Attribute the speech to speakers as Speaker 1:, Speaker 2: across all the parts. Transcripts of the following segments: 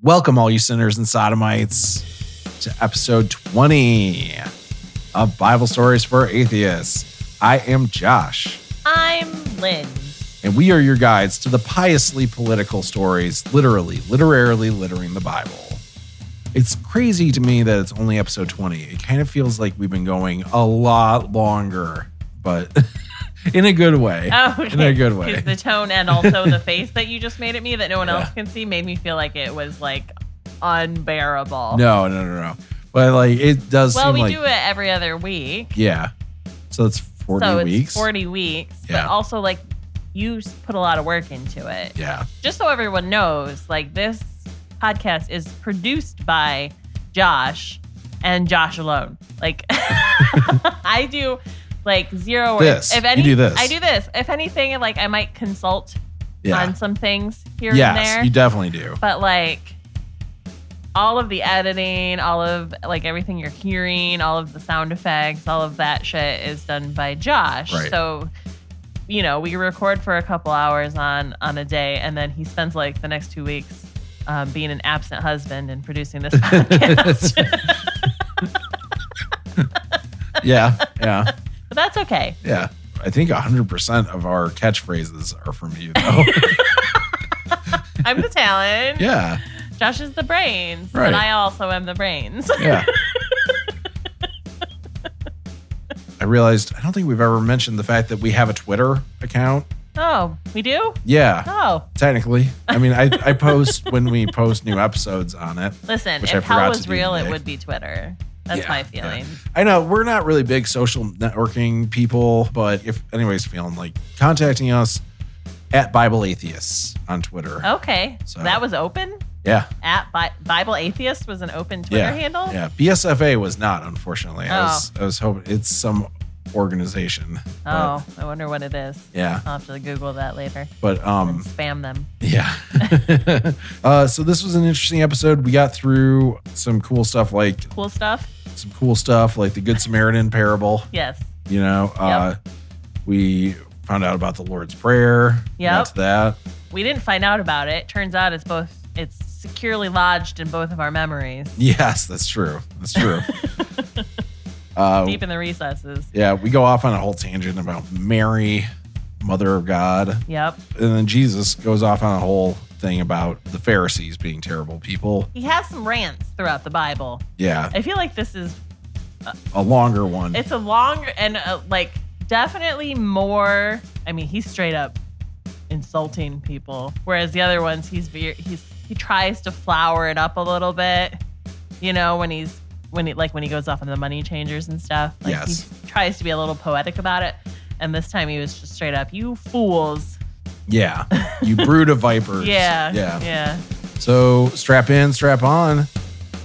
Speaker 1: Welcome, all you sinners and sodomites, to episode 20 of Bible Stories for Atheists. I am Josh,
Speaker 2: I'm Lynn.
Speaker 1: and we are your guides to the piously political stories, literally, literarily littering the Bible. It's crazy to me that it's only episode 20. It kind of feels like we've been going a lot longer, but in a good way.
Speaker 2: Oh, okay.
Speaker 1: In a good way.
Speaker 2: 'Cause the tone and also the face that you just made at me that no one
Speaker 1: Yeah.
Speaker 2: else can see made me feel like it was like unbearable.
Speaker 1: No, no, no, no. But like, it does
Speaker 2: well,
Speaker 1: seem
Speaker 2: we
Speaker 1: like,
Speaker 2: do it every other week.
Speaker 1: yeah. So that's 40
Speaker 2: so
Speaker 1: weeks.
Speaker 2: it's 40 weeks.
Speaker 1: Yeah.
Speaker 2: But also, like, you s- put a lot of work into it.
Speaker 1: Yeah.
Speaker 2: Just so everyone knows, like, this podcast is produced by Josh and Josh alone. Like, I do like zero. work.
Speaker 1: This.
Speaker 2: If
Speaker 1: You
Speaker 2: any,
Speaker 1: do this.
Speaker 2: I do this. If anything, like, I might consult on some things here
Speaker 1: yes,
Speaker 2: and there.
Speaker 1: you definitely do.
Speaker 2: but like all of the editing, all of like everything you're hearing, all of the sound effects, all of that shit is done by Josh.
Speaker 1: Right.
Speaker 2: So you know, we record for a couple hours on on a day and then he spends like the next 2 weeks um, being an absent husband and producing this podcast.
Speaker 1: Yeah, yeah,
Speaker 2: but that's okay.
Speaker 1: yeah. I think 100% of our catchphrases are from you, though.
Speaker 2: I'm the talent.
Speaker 1: yeah,
Speaker 2: Josh is the brains,
Speaker 1: Right.
Speaker 2: but I also am the brains.
Speaker 1: yeah. I realized I don't think we've ever mentioned the fact that we have a Twitter account.
Speaker 2: oh, we do?
Speaker 1: Yeah,
Speaker 2: Oh.
Speaker 1: technically. I mean, I, I post when we post new episodes on it.
Speaker 2: Listen,
Speaker 1: Which I
Speaker 2: if
Speaker 1: forgot
Speaker 2: hell
Speaker 1: to
Speaker 2: was
Speaker 1: do
Speaker 2: real,
Speaker 1: today.
Speaker 2: it would be Twitter. That's
Speaker 1: Yeah,
Speaker 2: my feeling.
Speaker 1: I know we're not really big social networking people, but if anybody's feeling like contacting us at Bible Atheists on Twitter.
Speaker 2: Okay.
Speaker 1: So-
Speaker 2: that was open?
Speaker 1: Yeah,
Speaker 2: At Bi- Bible Atheist was an open Twitter
Speaker 1: Yeah,
Speaker 2: handle?
Speaker 1: Yeah, BSFA was not, unfortunately. I was I was hoping it's some organization. but-
Speaker 2: Oh, I wonder what it is.
Speaker 1: yeah.
Speaker 2: I'll have to Google that later
Speaker 1: But
Speaker 2: and
Speaker 1: um
Speaker 2: spam them.
Speaker 1: yeah. uh so this was an interesting episode. We got through some cool stuff like
Speaker 2: Cool stuff?
Speaker 1: some cool stuff like the Good Samaritan parable,
Speaker 2: Yes.
Speaker 1: you know. Uh we found out about the Lord's Prayer. We got
Speaker 2: Yep.
Speaker 1: to that.
Speaker 2: We didn't find out about it. Turns out it's both, it's securely lodged in both of our memories,
Speaker 1: Yes, that's true. That's true. uh
Speaker 2: deep in the recesses.
Speaker 1: yeah, we go off on a whole tangent about Mary, mother of God.
Speaker 2: Yep.
Speaker 1: and then Jesus goes off on a whole thing about the Pharisees being terrible people.
Speaker 2: He has some rants throughout the Bible.
Speaker 1: Yeah,
Speaker 2: I feel like this is
Speaker 1: a longer one.
Speaker 2: It's a long and uh like definitely more. I mean, he's straight up insulting people, whereas the other ones, he's ve- he's he tries to flower it up a little bit. You know, when he's when he like when he goes off on the money changers and stuff. Like
Speaker 1: Yes.
Speaker 2: He tries to be a little poetic about it, and this time he was just straight up, "You fools!"
Speaker 1: yeah, you brood of vipers.
Speaker 2: Yeah,
Speaker 1: yeah.
Speaker 2: yeah.
Speaker 1: So strap in, strap on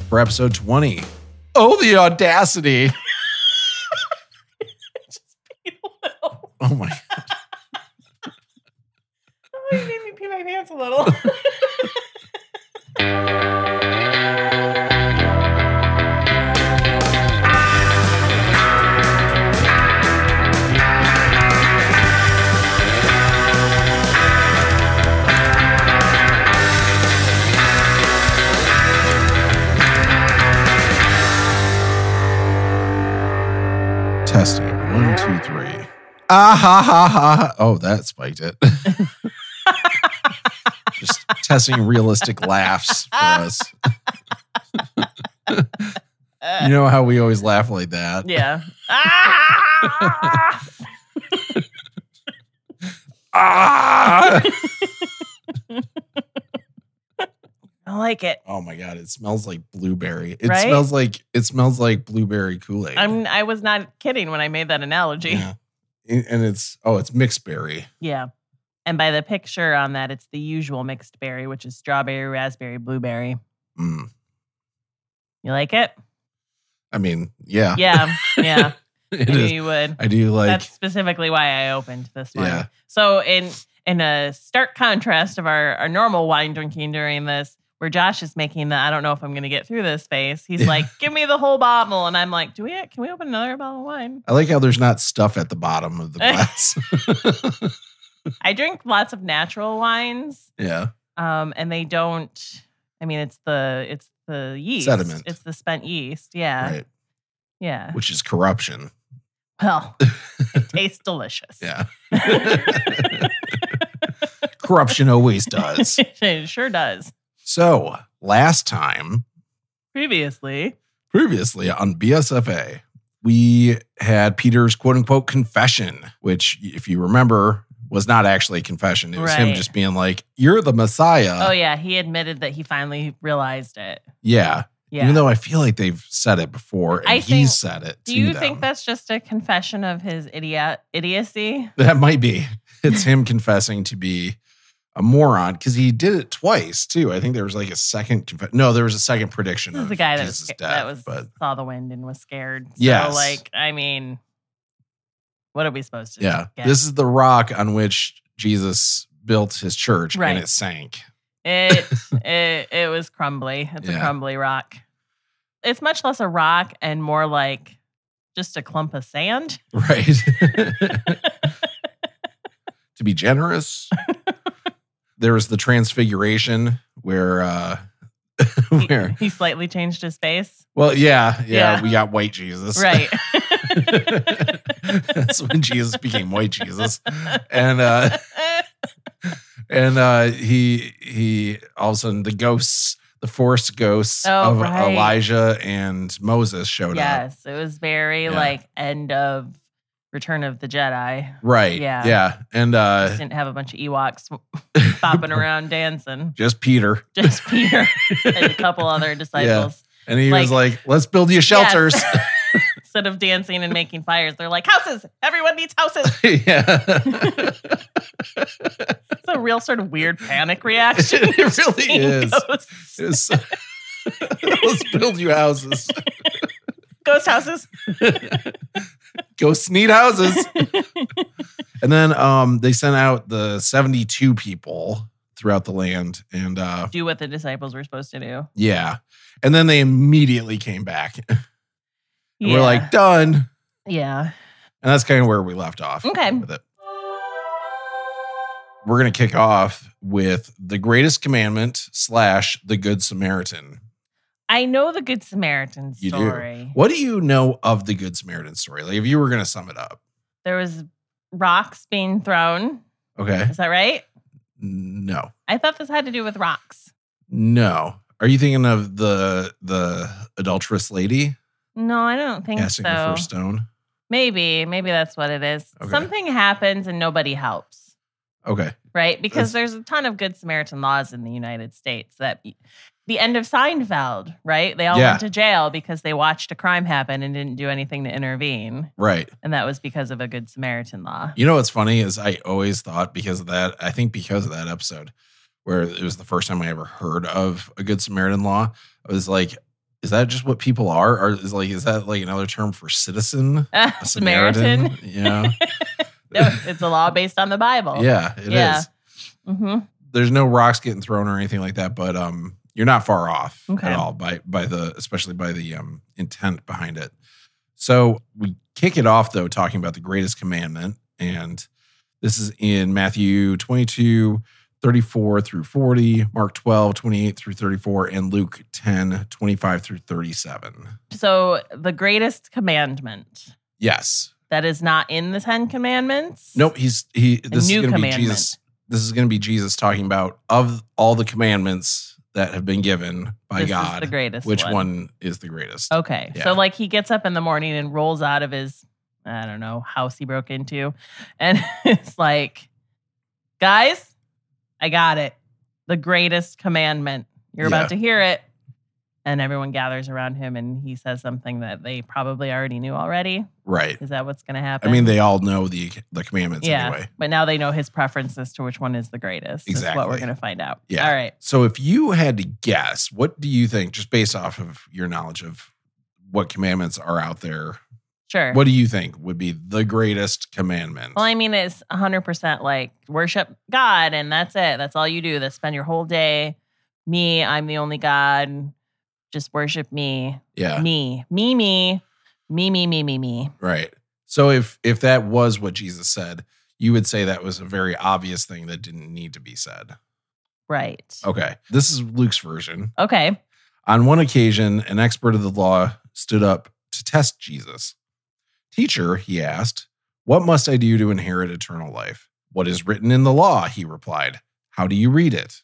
Speaker 1: for episode twenty. Oh, the audacity!
Speaker 2: oh,
Speaker 1: Oh my!
Speaker 2: oh, you made me pee my pants a little.
Speaker 1: Testing one, two, three. Ah ha ha ha! Oh, that spiked it. Just testing realistic laughs for us. You know how we always laugh like that.
Speaker 2: yeah. Ah!
Speaker 1: Ah!
Speaker 2: I like it.
Speaker 1: Oh my god, it smells like blueberry. It
Speaker 2: Right?
Speaker 1: smells like it smells like blueberry Kool-Aid.
Speaker 2: I'm I was not kidding when I made that analogy. Yeah.
Speaker 1: Yeah. And and it's oh, it's mixed berry.
Speaker 2: And by the picture on that, it's the usual mixed berry, which is strawberry, raspberry, blueberry.
Speaker 1: Mm.
Speaker 2: You like it?
Speaker 1: I mean, yeah,
Speaker 2: Yeah. Yeah.
Speaker 1: it
Speaker 2: I knew
Speaker 1: is.
Speaker 2: you would.
Speaker 1: I do like
Speaker 2: That's specifically why I opened this one.
Speaker 1: Yeah.
Speaker 2: So in in a stark contrast of our, our normal wine drinking during this, where Josh is making the I don't know if I'm gonna get through this face, he's
Speaker 1: Yeah.
Speaker 2: like, Give me the whole bottle. And I'm like, Do we can we open another bottle of wine?
Speaker 1: I like how there's not stuff at the bottom of the glass.
Speaker 2: I drink lots of natural wines.
Speaker 1: yeah.
Speaker 2: um, and they don't I mean, it's the it's the yeast.
Speaker 1: Sediment.
Speaker 2: It's the spent yeast. Yeah.
Speaker 1: right?
Speaker 2: Yeah.
Speaker 1: Which is corruption.
Speaker 2: Well, it tastes delicious.
Speaker 1: Yeah. corruption always does.
Speaker 2: it sure does.
Speaker 1: So last time,
Speaker 2: Previously,
Speaker 1: previously on BSFA, we had Peter's quote unquote confession, which, if you remember, was not actually a confession. It was him
Speaker 2: Right.
Speaker 1: just being like, You're the Messiah.
Speaker 2: oh yeah, he admitted that he finally realized it.
Speaker 1: yeah.
Speaker 2: Yeah.
Speaker 1: Even though I feel like they've said it before and
Speaker 2: I
Speaker 1: he
Speaker 2: think-
Speaker 1: said it.
Speaker 2: Do
Speaker 1: to
Speaker 2: you
Speaker 1: them.
Speaker 2: think that's just a confession of his idiot idiocy?
Speaker 1: That might be. It's him confessing to be a moron because he did it twice too. I think there was like a second. Conf- no, there was a second prediction.
Speaker 2: This is
Speaker 1: of
Speaker 2: the guy that was,
Speaker 1: Jesus'
Speaker 2: sca-
Speaker 1: death,
Speaker 2: that was
Speaker 1: But
Speaker 2: saw the wind and was scared. So,
Speaker 1: Yes.
Speaker 2: like, I mean, what are we supposed to?
Speaker 1: yeah,
Speaker 2: get?
Speaker 1: this is the rock on which Jesus built his church,
Speaker 2: Right.
Speaker 1: and it sank.
Speaker 2: It it it was crumbly. It's
Speaker 1: Yeah.
Speaker 2: a crumbly rock. It's much less a rock and more like just a clump of sand.
Speaker 1: Right. to be generous, there was the transfiguration where, uh
Speaker 2: He-
Speaker 1: where
Speaker 2: He, slightly changed his face.
Speaker 1: well, yeah, yeah,
Speaker 2: Yeah.
Speaker 1: we got white Jesus,
Speaker 2: Right.
Speaker 1: That's when Jesus became white Jesus, and uh, and uh, he he all of a sudden the ghosts, the forest ghosts
Speaker 2: Oh,
Speaker 1: of
Speaker 2: right.
Speaker 1: Elijah and Moses showed up.
Speaker 2: yes, it was very
Speaker 1: Yeah.
Speaker 2: like end of Return of the
Speaker 1: Eh.
Speaker 2: Jedi.
Speaker 1: Right.
Speaker 2: Yeah.
Speaker 1: Yeah. And uh,
Speaker 2: Just didn't have a bunch of Ewoks bopping around dancing.
Speaker 1: just Peter,
Speaker 2: Just Peter and a couple other disciples.
Speaker 1: and he was
Speaker 2: Like-
Speaker 1: like, "Let's build you shelters."
Speaker 2: Yes. Instead of dancing and making fires, they're like houses. Everyone needs houses.
Speaker 1: yeah.
Speaker 2: It's a real sort of weird panic reaction.
Speaker 1: It
Speaker 2: to
Speaker 1: really
Speaker 2: seeing
Speaker 1: is.
Speaker 2: Ghosts.
Speaker 1: It's- Let's build you houses.
Speaker 2: Ghost houses.
Speaker 1: Ghosts need houses. and then um, they sent out the 72 people throughout the land. And uh,
Speaker 2: Do what the disciples were supposed to do.
Speaker 1: yeah. And then they immediately came back. And
Speaker 2: Yeah.
Speaker 1: We're like, done. And
Speaker 2: yeah.
Speaker 1: that's kind of where we left off.
Speaker 2: Okay.
Speaker 1: With it. We're going to kick off with the greatest commandment slash the Good Samaritan.
Speaker 2: I know the Good Samaritan
Speaker 1: You do.
Speaker 2: story.
Speaker 1: What do you know of the Good Samaritan story? Like, if you were going to sum it up,
Speaker 2: There was rocks being thrown.
Speaker 1: okay.
Speaker 2: Is that right?
Speaker 1: No,
Speaker 2: I thought this had to do with rocks.
Speaker 1: no. Are you thinking of the the adulterous lady
Speaker 2: No, I don't think
Speaker 1: casting
Speaker 2: so.
Speaker 1: the first stone?
Speaker 2: Maybe, maybe that's what it is.
Speaker 1: Okay.
Speaker 2: Something happens and nobody helps,
Speaker 1: Okay.
Speaker 2: right? Because there's a ton of Good Samaritan laws in the United States that the end of Seinfeld, right? They all
Speaker 1: Yeah.
Speaker 2: went to jail because they watched a crime happen and didn't do anything to intervene.
Speaker 1: Right.
Speaker 2: And that was because of a Good Samaritan law.
Speaker 1: You know what's funny is I always thought because of that, I think because of that episode where it was the first time I ever heard of a Good Samaritan law, I was like, is that just what people are? Or is like, is that like another term for citizen? A
Speaker 2: Samaritan.
Speaker 1: Samaritan? Yeah.
Speaker 2: no, it's a law based on the Bible.
Speaker 1: Yeah, it is.
Speaker 2: Yeah. hmm
Speaker 1: There's no rocks getting thrown or anything like that, but um you're not far off
Speaker 2: Okay.
Speaker 1: at all by by the especially by the um intent behind it. So we kick it off though talking about the greatest commandment and this is in Matthew 22 34 through 40, Mark 12 28 through 34 and Luke 10 25 through 37.
Speaker 2: So the greatest commandment
Speaker 1: Yes.
Speaker 2: that is not in the Ten Commandments.
Speaker 1: Nope, he's he this
Speaker 2: new
Speaker 1: is going to be
Speaker 2: commandment.
Speaker 1: Jesus this is going to be Jesus talking about of all the commandments that have been given by
Speaker 2: this Oh,
Speaker 1: God.
Speaker 2: is the greatest.
Speaker 1: Which one. is the greatest?
Speaker 2: Okay.
Speaker 1: Yeah.
Speaker 2: So like he gets up in the morning and rolls out of his I don't know house he broke into and it's like guys, I got it. The greatest commandment. You're
Speaker 1: Yeah.
Speaker 2: about to hear it. And everyone gathers around him and he says something that they probably already knew already.
Speaker 1: Right.
Speaker 2: Is that what's going to happen?
Speaker 1: I mean, they all know the the commandments
Speaker 2: Yeah.
Speaker 1: anyway.
Speaker 2: But now they know his preference as to which one is the greatest. Is what
Speaker 1: Exactly.
Speaker 2: we're going to find out.
Speaker 1: Yeah.
Speaker 2: All right.
Speaker 1: So, if you had to guess, what do you think, just based off of your knowledge of what commandments are out there,
Speaker 2: Sure.
Speaker 1: what do you think would be the greatest commandment?
Speaker 2: Well, I mean, it's 100% like worship God, and that's it. That's all you do. That's spend your whole day. Me, I'm the only God. Just worship me,
Speaker 1: yeah,
Speaker 2: me, me, me, me, me, me, me, me.
Speaker 1: right. So, if if that was what Jesus said, you would say that was a very obvious thing that didn't need to be said.
Speaker 2: Right.
Speaker 1: Okay. This is Luke's version.
Speaker 2: Okay.
Speaker 1: On one occasion, an expert of the law stood up to test Jesus. Teacher, he asked, what must I do to inherit eternal life? What is written in the law? He replied, How do you read it?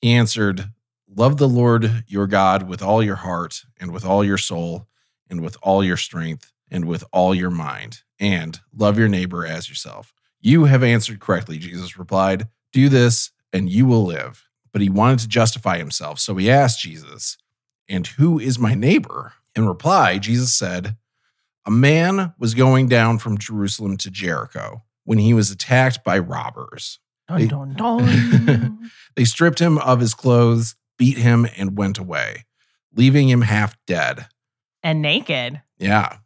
Speaker 1: He answered, Love the Lord your God with all your heart, and with all your soul, and with all your strength, and with all your mind, and love your neighbor as yourself. You have answered correctly, Jesus replied. Do this, and you will live. But he wanted to justify himself, so he asked Jesus, and who is my neighbor? In reply, Jesus said, A man was going down from Jerusalem to Jericho when he was attacked by robbers.
Speaker 2: Dun, dun, dun.
Speaker 1: They stripped him of his clothes, beat him, and went away, leaving him half dead.
Speaker 2: and naked.
Speaker 1: Yeah.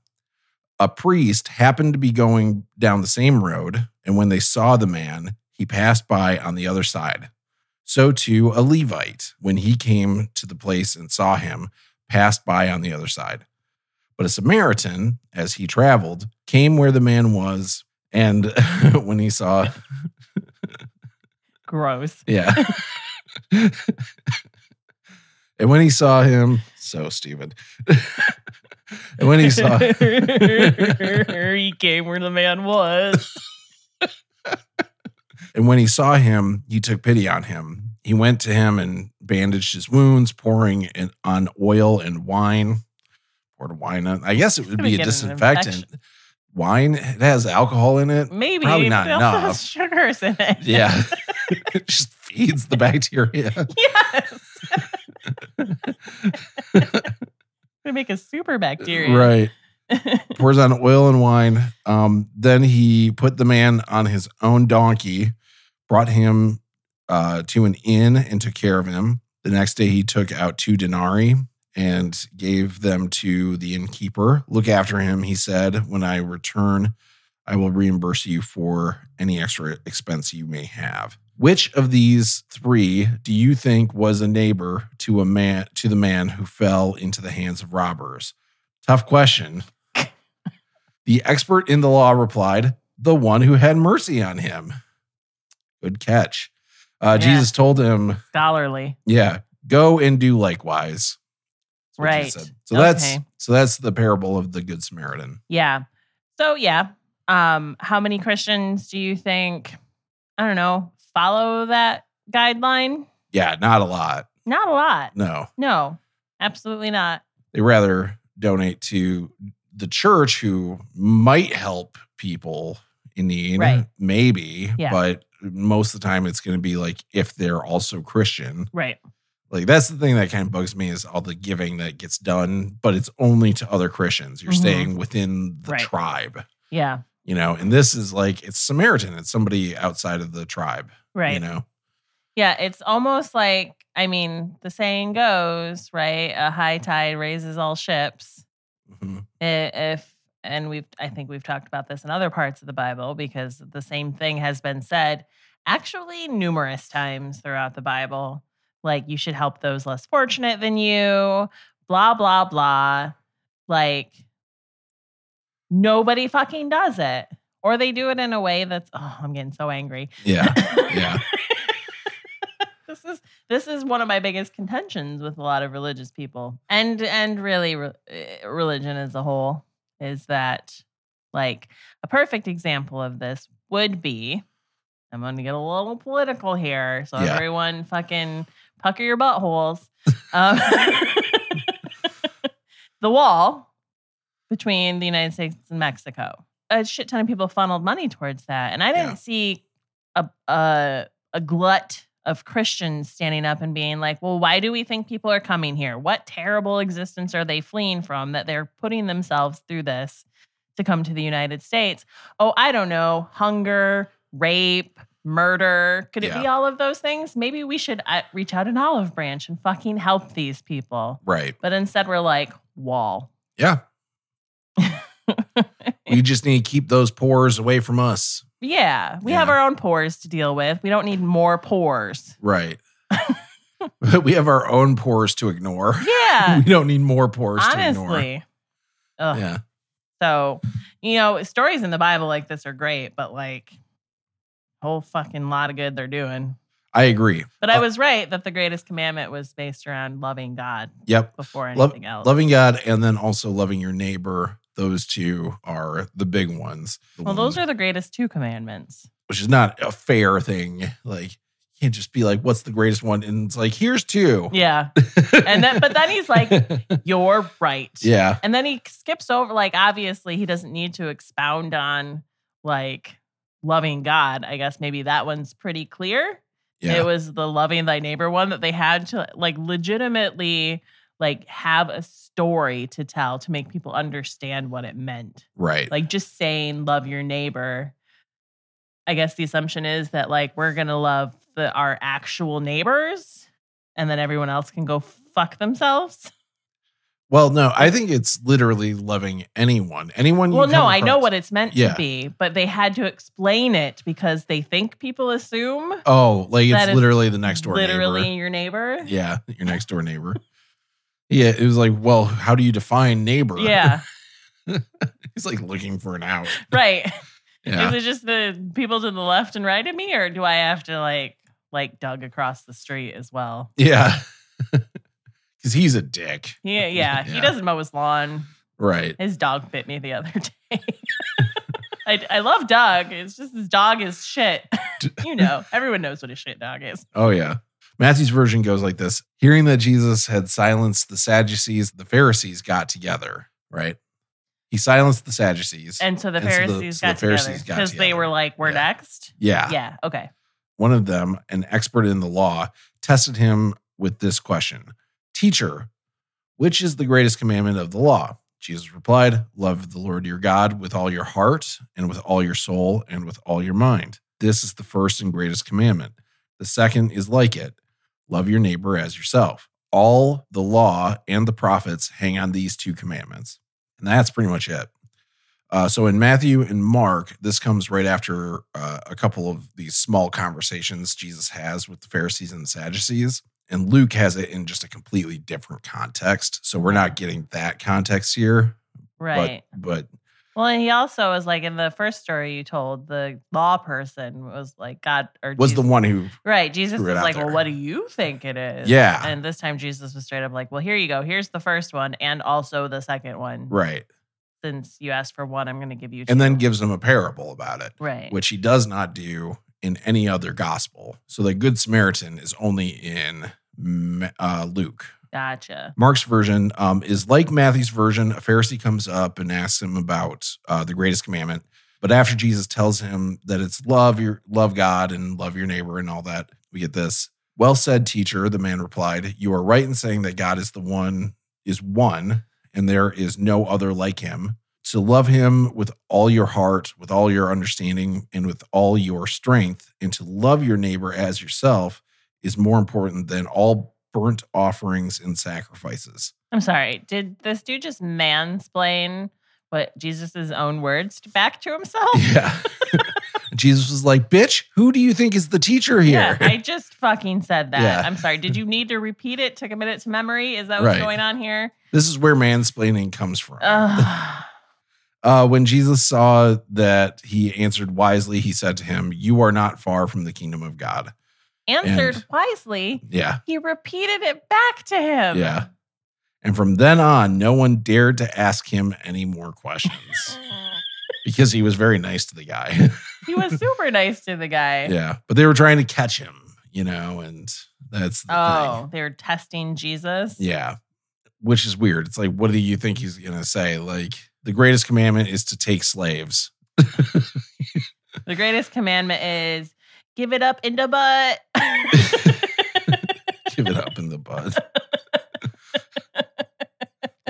Speaker 1: A priest happened to be going down the same road, and when they saw the man, he passed by on the other side. So too a Levite, when he came to the place and saw him, passed by on the other side. But a Samaritan, as he traveled, came where the man was, and when he saw,
Speaker 2: Gross.
Speaker 1: yeah. and when he saw him, so stupid. and when he saw
Speaker 2: he came where the man was.
Speaker 1: And when he saw him, he took pity on him. He went to him and bandaged his wounds, pouring in, on oil and wine. Poured wine on, I guess it would
Speaker 2: gonna
Speaker 1: be a
Speaker 2: get an
Speaker 1: disinfectant.
Speaker 2: infection. Mm.
Speaker 1: Wine, it has alcohol in it.
Speaker 2: Maybe
Speaker 1: Probably not
Speaker 2: but it also
Speaker 1: enough.
Speaker 2: has sugars in it.
Speaker 1: Yeah. it just feeds the bacteria.
Speaker 2: Yes. they make a super bacteria.
Speaker 1: Right. Pours on oil and wine. Um, then he put the man on his own donkey, brought him uh, to an inn, and took care of him. The next day, he took out two denarii and gave them to the innkeeper. Look after him, he said. When I return, I will reimburse you for any extra expense you may have. Which of these three do you think was a neighbor to a man to the man who fell into the hands of robbers? Tough question. the expert in the law replied, "The one who had mercy on him." Good catch. Uh,
Speaker 2: Yeah.
Speaker 1: Jesus told him,
Speaker 2: Scholarly.
Speaker 1: yeah. Go and do likewise. That's what she
Speaker 2: Right.
Speaker 1: said. So that's
Speaker 2: Okay.
Speaker 1: so that's the parable of the Good Samaritan.
Speaker 2: Yeah. So yeah. Um, how many Christians do you think, I don't know, follow that guideline?
Speaker 1: Yeah, not a lot.
Speaker 2: Not a lot.
Speaker 1: No.
Speaker 2: No, absolutely not.
Speaker 1: They rather donate to the church who might help people in need.
Speaker 2: Right.
Speaker 1: Maybe.
Speaker 2: Yeah.
Speaker 1: But most of the time it's gonna be like if they're also Christian.
Speaker 2: Right.
Speaker 1: Like that's the thing that kind of bugs me is all the giving that gets done, but it's only to other Christians. You're
Speaker 2: Mhm.
Speaker 1: staying within the
Speaker 2: Right.
Speaker 1: tribe.
Speaker 2: Yeah.
Speaker 1: you know and this is like it's samaritan it's somebody outside of the tribe
Speaker 2: Right.
Speaker 1: you know
Speaker 2: Yeah, it's almost like I mean, the saying goes, right? A high tide raises all ships.
Speaker 1: Mhm.
Speaker 2: I- If and we've I think we've talked about this in other parts of the Bible because the same thing has been said actually numerous times throughout the Bible. Like you should help those less fortunate than you, blah blah blah. Like nobody fucking does it. Or they do it in a way that's oh, I'm getting so angry.
Speaker 1: yeah yeah
Speaker 2: this is this is one of my biggest contentions with a lot of religious people and and really re- eh, religion as a whole is that like a perfect example of this would be i'm going to get a little political here so
Speaker 1: Yeah.
Speaker 2: everyone fucking pucker your buttholes um, the wall between the united states and mexico a shit ton of people funneled money towards that and i didn't
Speaker 1: Yeah.
Speaker 2: see a, a a glut of Christians standing up and being like, well, why do we think people are coming here? What terrible existence are they fleeing from that they're putting themselves through this to come to the United States? Oh, I don't know, hunger, rape, murder. Could it be
Speaker 1: Yeah.
Speaker 2: all of those things? Maybe we should uh, reach out an olive branch and fucking help these people.
Speaker 1: right
Speaker 2: But instead, we're like, wall.
Speaker 1: yeah we just need to keep those pores away from us
Speaker 2: Yeah, we have
Speaker 1: Yeah.
Speaker 2: our own pores to deal with. We don't need more pores.
Speaker 1: right we have our own pores to ignore
Speaker 2: Yeah,
Speaker 1: we don't need more pores to ignore
Speaker 2: honestly. Ugh.
Speaker 1: yeah
Speaker 2: So, you know, stories in the Bible like this are great, but like, whole fucking lot of good they're doing.
Speaker 1: I agree.
Speaker 2: But I
Speaker 1: Uh,
Speaker 2: was right that the greatest commandment was based around loving God
Speaker 1: Yep.
Speaker 2: before
Speaker 1: Love-
Speaker 2: anything else.
Speaker 1: loving God and then also loving your neighbor. Those two are the big ones. The
Speaker 2: well,
Speaker 1: one-
Speaker 2: those are the greatest two commandments.
Speaker 1: which is not a fair thing. Like you can't just be like, "What's the greatest one?" And it's like, "Here's two.
Speaker 2: Yeah. And then, but then he's like, you're right.
Speaker 1: yeah,
Speaker 2: And then he skips over, like, obviously, he doesn't need to expound on, like, loving God. I guess maybe that one's pretty clear.
Speaker 1: yeah,
Speaker 2: It was the loving thy neighbor one that they had to, like, legitimately, like, have a story to tell to make people understand what it meant.
Speaker 1: right,
Speaker 2: Like, just saying, love your neighbor. I guess the assumption is that, like, we're going to love the, our actual neighbors and then everyone else can go fuck themselves.
Speaker 1: Well, no, I think it's literally loving anyone. Anyone.
Speaker 2: Well, no, I know what it's meant
Speaker 1: Yeah.
Speaker 2: to be, but they had to explain it because they think people assume
Speaker 1: Oh, like
Speaker 2: That
Speaker 1: it's
Speaker 2: is
Speaker 1: literally the next door
Speaker 2: literally
Speaker 1: neighbor.
Speaker 2: your neighbor.
Speaker 1: Yeah, your next door neighbor. yeah, it was like, well, how do you define neighbor?
Speaker 2: Yeah,
Speaker 1: he's like looking for an out.
Speaker 2: right.
Speaker 1: Yeah,
Speaker 2: Is it just the people to the left and right of me, or do I have to like like Doug across the street as well?
Speaker 1: yeah, because he's a dick,
Speaker 2: He, yeah,
Speaker 1: Yeah.
Speaker 2: he doesn't mow his lawn.
Speaker 1: right?
Speaker 2: His dog bit me the other day. I, I love Doug. It's just his dog is shit. you know, everyone knows what a shit dog is.
Speaker 1: Oh, yeah. Matthew's version goes like this Hearing that Jesus had silenced the Sadducees, the Pharisees got together, right? He silenced the Sadducees.
Speaker 2: And so the
Speaker 1: And so the-
Speaker 2: Pharisees
Speaker 1: so the
Speaker 2: got
Speaker 1: Pharisees got
Speaker 2: together because they
Speaker 1: together.
Speaker 2: were like, "We're
Speaker 1: Yeah. Ah.
Speaker 2: next."
Speaker 1: yeah.
Speaker 2: Yeah. Okay.
Speaker 1: One of them, an expert in the law, tested him with this question Teacher, which is the greatest commandment of the law? Jesus replied, Love the Lord your God with all your heart and with all your soul and with all your mind. This is the first and greatest commandment. The second is like it love your neighbor as yourself. All the law and the prophets hang on these two commandments. And that's pretty much it. Uh, so in Matthew and Mark, this comes right after uh, a couple of these small conversations Jesus has with the Pharisees and the Sadducees. And Luke has it in just a completely different context. So we're not getting that context here. but-
Speaker 2: Right.
Speaker 1: But,
Speaker 2: Well, and he also was like in the first story you told, the law person was like, God, or
Speaker 1: was the
Speaker 2: Jesus,
Speaker 1: one who,
Speaker 2: right? Jesus
Speaker 1: threw it
Speaker 2: was
Speaker 1: out
Speaker 2: like,
Speaker 1: there.
Speaker 2: Well, what do you think it is?
Speaker 1: yeah,
Speaker 2: And this time Jesus was straight up like, Well, here you go. Here's the first one and also the second one.
Speaker 1: right.
Speaker 2: Since you asked for one, I'm going to give you two.
Speaker 1: And then gives him a parable about it.
Speaker 2: right.
Speaker 1: which he does not do in any other gospel. So the Good Samaritan is only in Ma- uh, Luke.
Speaker 2: gotcha.
Speaker 1: Mark's version um, is like Matthew's version. A Pharisee comes up and asks him about uh, the greatest commandment. But after Jesus tells him that it's love your love God and love your neighbor and all that, we get this. Well said, teacher, the man replied. You are right in saying that God is the one is one and there is no other like him. To love him with all your heart, with all your understanding and with all your strength and to love your neighbor as yourself is more important than all burnt offerings and sacrifices.
Speaker 2: I'm sorry. Did this dude just mansplain what Jesus' own words back to himself?
Speaker 1: Yeah. Jesus was like, bitch, who do you think is the teacher here?
Speaker 2: Yeah, I just fucking said that.
Speaker 1: Yeah.
Speaker 2: I'm sorry. Did you need to repeat it? Took a minute to memory. Is that what's
Speaker 1: Right.
Speaker 2: going on here?
Speaker 1: this is where mansplaining comes from.
Speaker 2: Ugh.
Speaker 1: Uh, when Jesus saw that he answered wisely, he said to him, You are not far from the kingdom of God.
Speaker 2: Answered
Speaker 1: And-
Speaker 2: wisely.
Speaker 1: Yeah.
Speaker 2: He repeated it back to him.
Speaker 1: Yeah. And from then on, no one dared to ask him any more questions because he was very nice to the guy.
Speaker 2: he was super nice to the guy.
Speaker 1: yeah. But they were trying to catch him, you know, and that's the thing.
Speaker 2: Oh, they were testing Jesus.
Speaker 1: Yeah. Which is weird. It's like, what do you think he's going to say? Like, the greatest commandment is to take slaves.
Speaker 2: The greatest commandment is give it up in the butt.
Speaker 1: Give it up in the bud.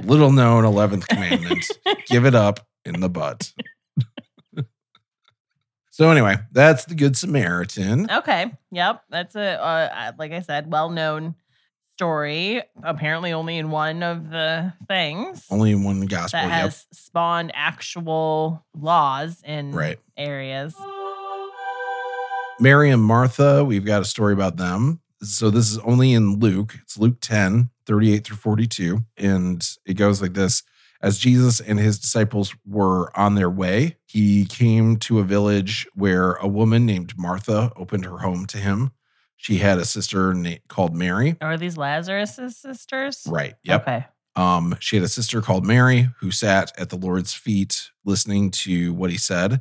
Speaker 1: Little known 11th commandment give it up in the butt. so, anyway, that's the Good Samaritan.
Speaker 2: okay. Yep. That's a, uh, like I said, well known story. Apparently, only in one of the things.
Speaker 1: Only in one gospel.
Speaker 2: that
Speaker 1: Yep.
Speaker 2: has spawned actual laws in
Speaker 1: Right.
Speaker 2: areas.
Speaker 1: Mary and Martha, we've got a story about them. So this is only in Luke. It's Luke 10, 38 through 42. And it goes like this As Jesus and his disciples were on their way, he came to a village where a woman named Martha opened her home to him. She had a sister na- called Mary.
Speaker 2: Are these Lazarus's sisters?
Speaker 1: Right. Yep.
Speaker 2: Okay.
Speaker 1: Um, she had a sister called Mary who sat at the Lord's feet listening to what he said.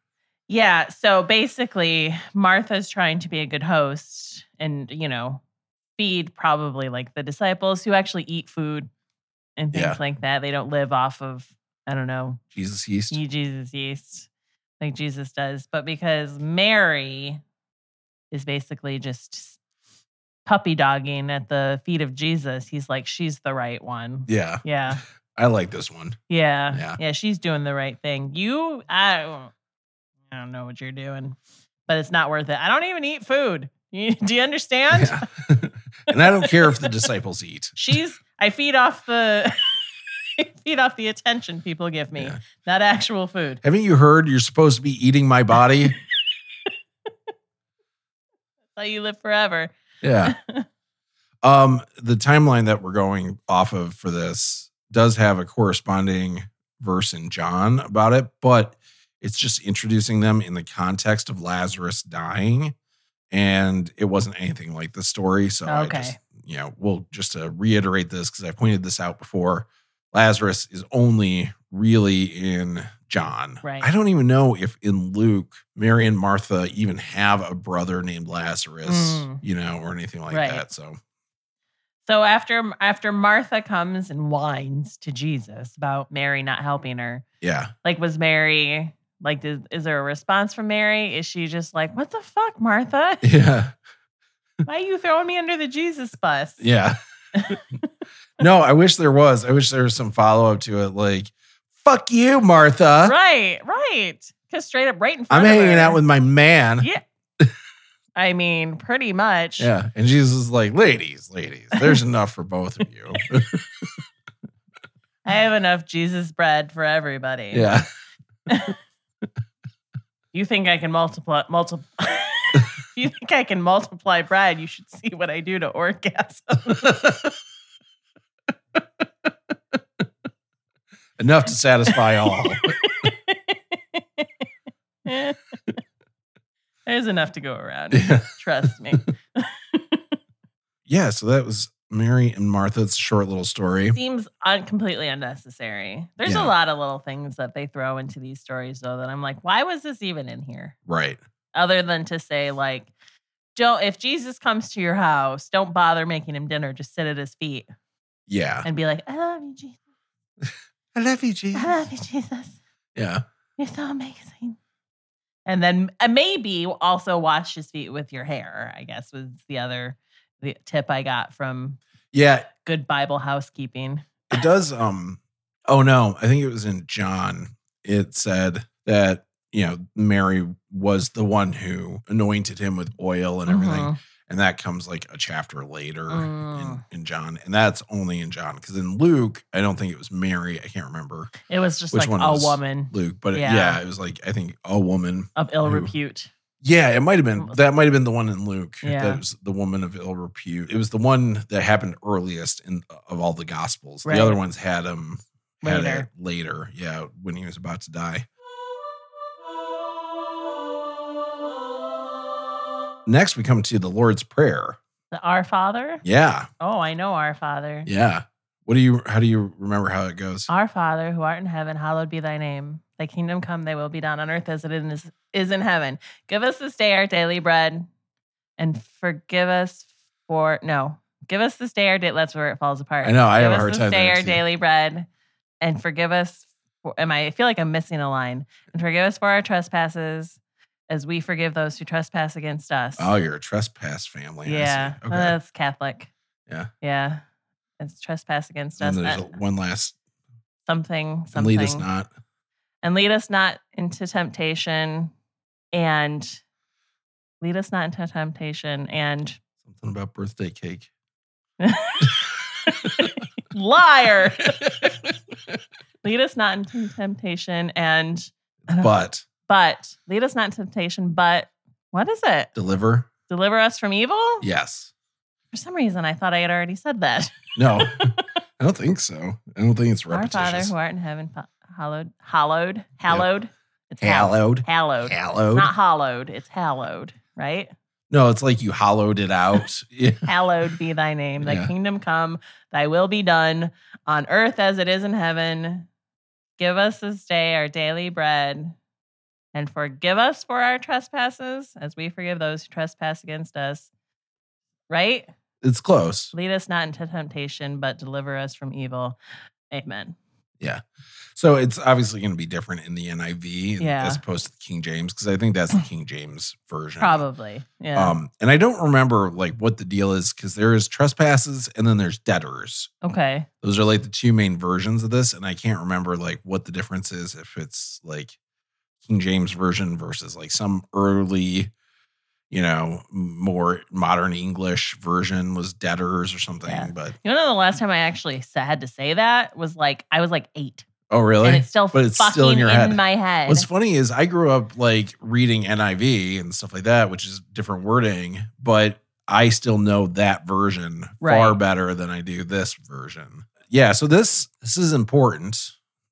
Speaker 2: Yeah. So basically, Martha's trying to be a good host and, you know, feed probably like the disciples who actually eat food and things
Speaker 1: Yeah.
Speaker 2: like that. They don't live off of, I don't know,
Speaker 1: Jesus yeast.
Speaker 2: ye- Jesus yeast like Jesus does. But because Mary is basically just puppy dogging at the feet of Jesus, he's like, she's the right one.
Speaker 1: Yeah,
Speaker 2: Yeah.
Speaker 1: I like this one.
Speaker 2: Yeah.
Speaker 1: Yeah.
Speaker 2: Yeah. She's doing the right thing. You, I don't, I don't know what you're doing, but it's not worth it. I don't even eat food. You, do you understand?
Speaker 1: Yeah. and I don't care if the disciples eat.
Speaker 2: She's, I feed off the, I feed off the attention people give me,
Speaker 1: Yeah.
Speaker 2: not actual food.
Speaker 1: Haven't you heard you're supposed to be eating my body?
Speaker 2: That's how you live forever.
Speaker 1: Yeah. um, the timeline that we're going off of for this does have a corresponding verse in John about it, but it's just introducing them in the context of Lazarus dying. And it wasn't anything like the story. So
Speaker 2: Okay.
Speaker 1: I just, you know, we'll just uh, reiterate this because I pointed this out before. Lazarus is only really in John.
Speaker 2: Right.
Speaker 1: I don't even know if in Luke, Mary and Martha even have a brother named Lazarus,
Speaker 2: Mm.
Speaker 1: you know, or anything like
Speaker 2: Right.
Speaker 1: that. So,
Speaker 2: So after after Martha comes and whines to Jesus about Mary not helping her,
Speaker 1: yeah.
Speaker 2: like was Mary like is, is there a response from Mary? Is she just like what the fuck, Martha?
Speaker 1: Yeah.
Speaker 2: Why are you throwing me under the Jesus bus?
Speaker 1: Yeah. no, I wish there was. I wish there was some follow up to it. Like, fuck you, Martha.
Speaker 2: Right, right. Because straight up, right in front.
Speaker 1: I'm
Speaker 2: of
Speaker 1: hanging
Speaker 2: her.
Speaker 1: out with my man.
Speaker 2: Yeah. I mean, pretty much.
Speaker 1: Yeah. And Jesus is like, ladies, ladies, there's enough for both of you.
Speaker 2: I have enough Jesus bread for everybody.
Speaker 1: yeah.
Speaker 2: You think I can multiply multiply? you think I can multiply bread? You should see what I do to orgasm.
Speaker 1: Enough to satisfy all.
Speaker 2: There's enough to go around.
Speaker 1: yeah.
Speaker 2: Trust me.
Speaker 1: yeah, so that was Mary and Martha. It's a short little story.
Speaker 2: Seems un- completely unnecessary. There's
Speaker 1: Yeah.
Speaker 2: a lot of little things that they throw into these stories, though, that I'm like, why was this even in here?
Speaker 1: Right.
Speaker 2: other than to say like don't if jesus comes to your house don't bother making him dinner just sit at his feet
Speaker 1: Yeah.
Speaker 2: and be like i love you jesus
Speaker 1: I love you,
Speaker 2: i
Speaker 1: Jesus.
Speaker 2: love you jesus
Speaker 1: Yeah.
Speaker 2: you're so amazing and then uh, maybe also wash his feet with your hair i guess was the other the tip i got from
Speaker 1: Yeah.
Speaker 2: good bible housekeeping
Speaker 1: It does um oh no, I think it was in John. It said that, you know, Mary was the one who anointed him with oil and everything.
Speaker 2: Mhm.
Speaker 1: And that comes like a chapter later
Speaker 2: Mm.
Speaker 1: in, in John. And that's only in John. Because in Luke, I don't think it was Mary. I can't remember
Speaker 2: it was just
Speaker 1: Which
Speaker 2: like
Speaker 1: one
Speaker 2: a
Speaker 1: was
Speaker 2: woman
Speaker 1: Luke, but
Speaker 2: Yeah.
Speaker 1: yeah, it was like I think a woman
Speaker 2: of ill
Speaker 1: Who?
Speaker 2: repute
Speaker 1: Yeah, it might have been
Speaker 2: Almost.
Speaker 1: that might have been the one in Luke.
Speaker 2: Oh, Yeah.
Speaker 1: That was the woman of ill repute. It was the one that happened earliest in of all the gospels.
Speaker 2: Right.
Speaker 1: The other ones had him had
Speaker 2: Later.
Speaker 1: it later. Yeah, when he was about to die. Next we come to the Lord's Prayer.
Speaker 2: the our father
Speaker 1: Yeah.
Speaker 2: oh i know our father
Speaker 1: Yeah. What do you how do you remember how it goes?
Speaker 2: Our Father who art in heaven, hallowed be thy name. Thy kingdom come, thy will be done on earth as it is, is in heaven. Give us this day our daily bread and forgive us for no. Give us this day our day. That's where it falls apart.
Speaker 1: I know, I have
Speaker 2: Give
Speaker 1: a
Speaker 2: us
Speaker 1: hard
Speaker 2: this
Speaker 1: time
Speaker 2: day
Speaker 1: there,
Speaker 2: our
Speaker 1: too.
Speaker 2: daily bread and forgive us for, am I I feel like I'm missing a line. And forgive us for our trespasses as we forgive those who trespass against us.
Speaker 1: Oh, you're a trespass family. I see.
Speaker 2: yeah. Oh,
Speaker 1: Okay.
Speaker 2: That's Catholic.
Speaker 1: Yeah.
Speaker 2: Yeah. It's trespass against
Speaker 1: and
Speaker 2: us.
Speaker 1: there's
Speaker 2: Uh,
Speaker 1: one last
Speaker 2: something,
Speaker 1: and
Speaker 2: something.
Speaker 1: lead us not.
Speaker 2: and lead us not into temptation and Lead us not into temptation and
Speaker 1: Something about birthday cake.
Speaker 2: liar. lead us not into temptation and I don't know.
Speaker 1: but
Speaker 2: but lead us not into temptation, but what is it?
Speaker 1: deliver?
Speaker 2: Deliver us from evil?
Speaker 1: Yes.
Speaker 2: For some reason I thought I had already said that.
Speaker 1: No, I don't think so. I don't think it's
Speaker 2: Our Father
Speaker 1: repetitious.
Speaker 2: who art in heaven, fa- hallowed, hallowed, hallowed. It's
Speaker 1: Hallowed.
Speaker 2: hallowed, hallowed.
Speaker 1: Hallowed.
Speaker 2: Not hollowed. It's hallowed, right?
Speaker 1: No, it's like you hollowed it out. Yeah.
Speaker 2: Hallowed be thy name. Thy
Speaker 1: Yeah.
Speaker 2: kingdom come. Thy will be done on earth as it is in heaven. Give us this day our daily bread, and forgive us for our trespasses, as we forgive those who trespass against us. Right?
Speaker 1: It's close.
Speaker 2: Lead us not into temptation, but deliver us from evil. Amen.
Speaker 1: So it's obviously going to be different in the NIV
Speaker 2: Yeah.
Speaker 1: as opposed to the King James because I think that's the King James version.
Speaker 2: Probably. Yeah.
Speaker 1: Um, and I don't remember like what the deal is because there is trespasses and then there's debtors.
Speaker 2: okay.
Speaker 1: Those are like the two main versions of this, and I can't remember like what the difference is if it's like King James version versus like some early, you know, more modern English version was debtors or something.
Speaker 2: Yeah.
Speaker 1: But
Speaker 2: You know, the last time I actually s- had to say that was like I was like eight,
Speaker 1: oh, really?
Speaker 2: and it's still
Speaker 1: But it's
Speaker 2: fucking
Speaker 1: still in your head.
Speaker 2: my head.
Speaker 1: What's funny is I grew up like reading NIV and stuff like that, which is different wording, but I still know that version far
Speaker 2: Right.
Speaker 1: better than I do this version. Yeah, so this this is important,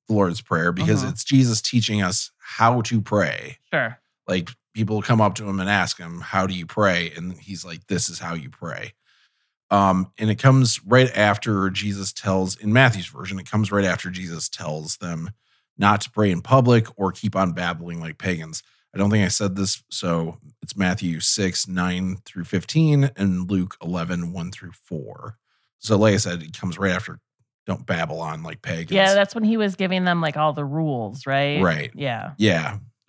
Speaker 1: the Lord's Prayer, because
Speaker 2: Uh-huh.
Speaker 1: it's Jesus teaching us how to pray.
Speaker 2: sure.
Speaker 1: Like people come up to him and ask him, "How do you pray?" And he's like, "This is how you pray." Um, and it comes right after Jesus tells in Matthew's version. It comes right after Jesus tells them not to pray in public or keep on babbling like pagans. I don't think I said this, so it's Matthew six nine through fifteen and Luke 11, 1 through four. So, like I said, it comes right after "Don't babble on like pagans."
Speaker 2: Yeah, that's when he was giving them like all the rules, right?
Speaker 1: right.
Speaker 2: Yeah.
Speaker 1: Yeah.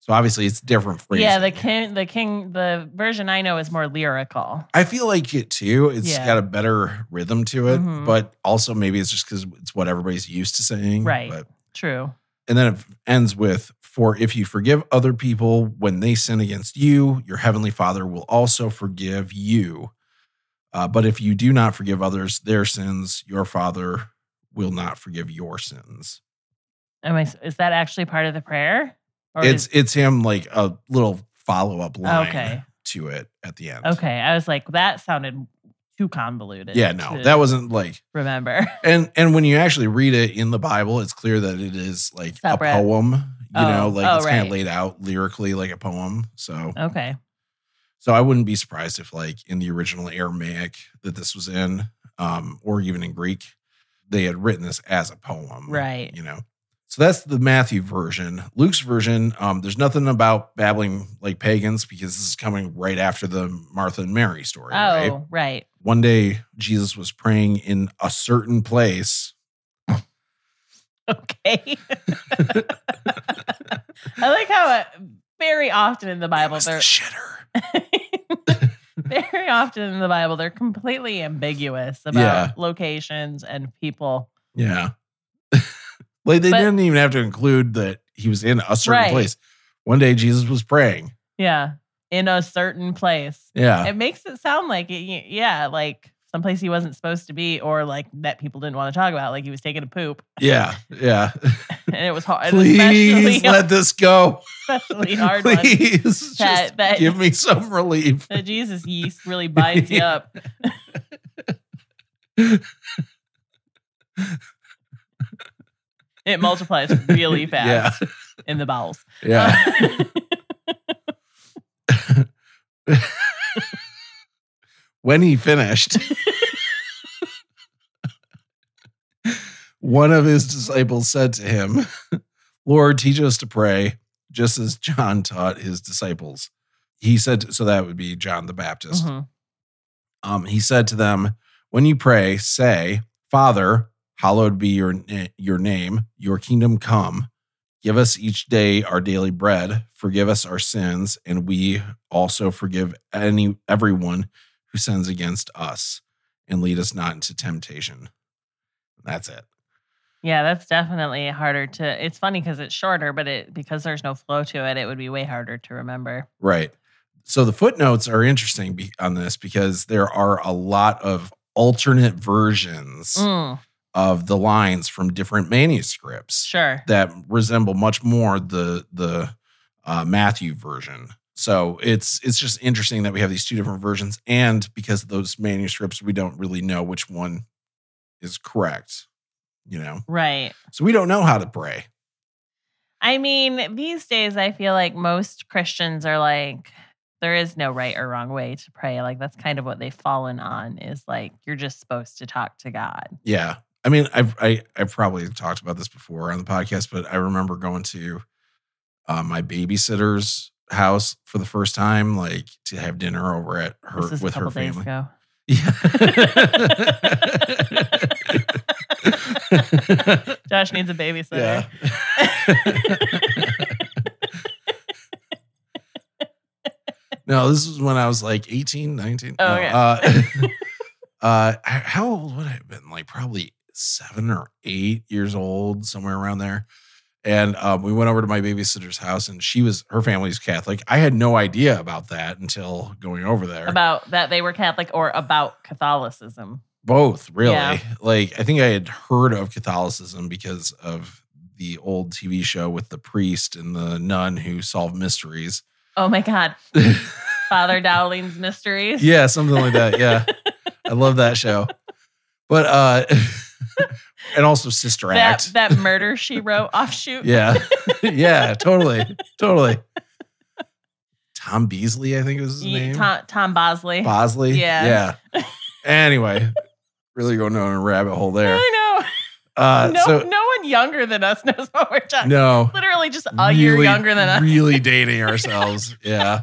Speaker 1: So obviously it's different phrasing.
Speaker 2: Yeah, the king, the king, the version I know is more lyrical.
Speaker 1: I feel like it too. It's
Speaker 2: Yeah.
Speaker 1: got a better rhythm to it,
Speaker 2: Mhm.
Speaker 1: but also maybe it's just because it's what everybody's used to saying.
Speaker 2: Right.
Speaker 1: But,
Speaker 2: True.
Speaker 1: and then it ends with For if you forgive other people when they sin against you, your heavenly Father will also forgive you. Uh, but if you do not forgive others their sins, your Father will not forgive your sins.
Speaker 2: Am I? Is that actually part of the prayer? Or
Speaker 1: it's
Speaker 2: is,
Speaker 1: it's him like a little follow up line
Speaker 2: Okay.
Speaker 1: to it at the end.
Speaker 2: okay. I was like, that sounded too convoluted.
Speaker 1: Yeah, no,
Speaker 2: to
Speaker 1: that wasn't like
Speaker 2: remember.
Speaker 1: And and when you actually read it in the Bible, it's clear that it is like
Speaker 2: Separate.
Speaker 1: a poem. You
Speaker 2: Oh,
Speaker 1: know, like
Speaker 2: oh,
Speaker 1: it's kind
Speaker 2: right. Oh.
Speaker 1: of laid out lyrically like a poem. So
Speaker 2: okay.
Speaker 1: so I wouldn't be surprised if like in the original Aramaic that this was in, um, or even in Greek, they had written this as a poem.
Speaker 2: Right.
Speaker 1: You know. So that's the Matthew version. Luke's version, um, there's nothing about babbling like pagans because this is coming right after the Martha and Mary story. right?
Speaker 2: Oh, right.
Speaker 1: one day Jesus was praying in a certain place.
Speaker 2: Okay. I like how uh, very often in the
Speaker 1: It
Speaker 2: Bible
Speaker 1: was the
Speaker 2: they're
Speaker 1: shitter.
Speaker 2: very often in the Bible they're completely ambiguous about
Speaker 1: Yeah.
Speaker 2: locations and people.
Speaker 1: Yeah. like they
Speaker 2: But-
Speaker 1: didn't even have to include that he was in a certain
Speaker 2: Right.
Speaker 1: place. One day Jesus was praying.
Speaker 2: Yeah, in a certain place.
Speaker 1: Yeah.
Speaker 2: It makes it sound like it, y- yeah, like someplace he wasn't supposed to be, or like that people didn't want to talk about, like he was taking a poop,
Speaker 1: Yeah. Yeah.
Speaker 2: and it was hard. and
Speaker 1: Please
Speaker 2: especially,
Speaker 1: let this go.
Speaker 2: especially hard one
Speaker 1: Please just
Speaker 2: that uh, that,
Speaker 1: give me some relief.
Speaker 2: that Jesus yeast really binds you up. It multiplies really fast in the bowels.
Speaker 1: Yeah. Yeah. when he finished, one of his disciples said to him, Lord, teach us to pray, just as John taught his disciples. He said, so that would be John the Baptist.
Speaker 2: Mhm.
Speaker 1: Um, he said to them, When you pray, say, Father, hallowed be your eh, your name, your kingdom come. Give us each day our daily bread. Forgive us our sins, and we also forgive any everyone who sins against us, and lead us not into temptation. That's it.
Speaker 2: Yeah, that's definitely harder to. It's funny because it's shorter, but it because there's no flow to it, it would be way harder to remember.
Speaker 1: Right. So the footnotes are interesting be- on this because there are a lot of alternate versions
Speaker 2: Mm,
Speaker 1: of the lines from different manuscripts
Speaker 2: sure.
Speaker 1: that resemble much more the the uh, Matthew version. So it's it's just interesting that we have these two different versions, and because of those manuscripts, we don't really know which one is correct. You know,
Speaker 2: Right.
Speaker 1: so we don't know how to pray.
Speaker 2: I mean, these days I feel like most Christians are like, there is no right or wrong way to pray. Like that's kind of what they've fallen on is like you're just supposed to talk to God.
Speaker 1: Yeah. I mean, I've I, I've probably talked about this before on the podcast, but I remember going to uh, my babysitter's house for the first time, like to have dinner over at her
Speaker 2: this is
Speaker 1: with
Speaker 2: a couple
Speaker 1: her
Speaker 2: days
Speaker 1: family.
Speaker 2: ago.
Speaker 1: Yeah.
Speaker 2: Josh needs a babysitter.
Speaker 1: no, this was when I was like 18, 19.
Speaker 2: Oh,
Speaker 1: No,
Speaker 2: okay.
Speaker 1: uh, uh, how old would I have been? Like probably seven or eight years old, somewhere around there. And um, we went over to my babysitter's house, and she was her family's Catholic. I had no idea about that until going over there.
Speaker 2: About that they were Catholic or about Catholicism.
Speaker 1: Both, really.
Speaker 2: Yeah.
Speaker 1: Like I think I had heard of Catholicism because of the old TV show with the priest and the nun who solved mysteries.
Speaker 2: Oh my God. Father Dowling's mysteries.
Speaker 1: yeah, something like that. Yeah. I love that show. But uh and also Sister
Speaker 2: That,
Speaker 1: Act.
Speaker 2: that murder she wrote offshoot.
Speaker 1: yeah. yeah, totally. Totally. Tom Beasley, I think was his
Speaker 2: Ye-
Speaker 1: name.
Speaker 2: Tom, Tom Bosley.
Speaker 1: Bosley.
Speaker 2: Yeah.
Speaker 1: Yeah. Anyway, really going down a rabbit hole there.
Speaker 2: I know.
Speaker 1: Uh
Speaker 2: no,
Speaker 1: so
Speaker 2: no one younger than us knows what we're talking.
Speaker 1: no.
Speaker 2: Literally, just a year younger than us.
Speaker 1: Really dating ourselves. yeah.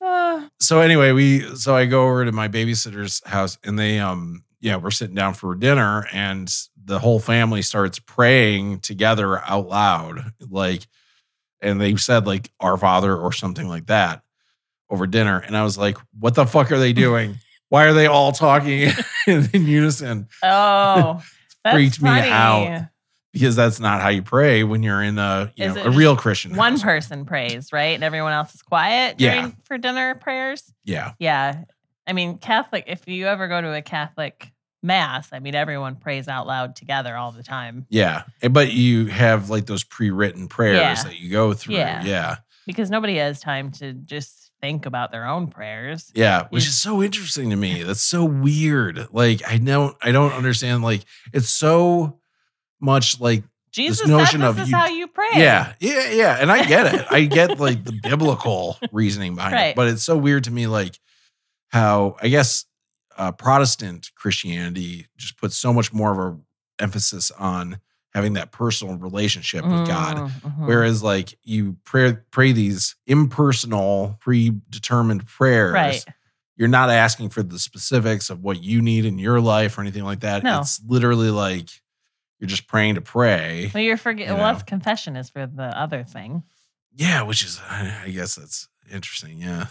Speaker 2: Uh,
Speaker 1: So anyway, we so I go over to my babysitter's house and they um yeah, we're sitting down for dinner and the whole family starts praying together out loud. Like and they said like our father or something like that over dinner. And I was like, what the fuck are they doing? Why are they all talking in unison?
Speaker 2: oh, that's
Speaker 1: Freaked me
Speaker 2: funny.
Speaker 1: out. Because that's not how you pray when you're in a you
Speaker 2: Is
Speaker 1: know
Speaker 2: it
Speaker 1: a real Christian.
Speaker 2: One
Speaker 1: house.
Speaker 2: person prays, right, and everyone else is quiet
Speaker 1: Yeah.
Speaker 2: during for dinner prayers.
Speaker 1: Yeah.
Speaker 2: Yeah, I mean Catholic. If you ever go to a Catholic mass, I mean everyone prays out loud together all the time
Speaker 1: Yeah. But you have like those pre-written prayers
Speaker 2: Yeah.
Speaker 1: that you go through.
Speaker 2: Yeah.
Speaker 1: yeah.
Speaker 2: because nobody has time to just think about their own prayers.
Speaker 1: Yeah, which
Speaker 2: Yeah.
Speaker 1: is so interesting to me. That's so weird. Like I don't I don't understand like it's so much like
Speaker 2: Jesus
Speaker 1: notion
Speaker 2: said
Speaker 1: of
Speaker 2: this is
Speaker 1: you-
Speaker 2: how you pray.
Speaker 1: yeah, yeah, yeah, and I get it. I get like the biblical reasoning behind
Speaker 2: Right.
Speaker 1: it, but it's so weird to me like how I guess uh Protestant Christianity just puts so much more of a emphasis on having that personal relationship with God
Speaker 2: Mhm.
Speaker 1: Whereas, like you pray, pray these impersonal, predetermined prayers.
Speaker 2: Right.
Speaker 1: You're not asking for the specifics of what you need in your life or anything like that.
Speaker 2: No.
Speaker 1: It's literally like you're just praying to pray.
Speaker 2: Well, you're forgetting.
Speaker 1: you
Speaker 2: Well,
Speaker 1: know.
Speaker 2: that's confession is for the other thing.
Speaker 1: Yeah, which is, I I guess that's interesting. Yeah,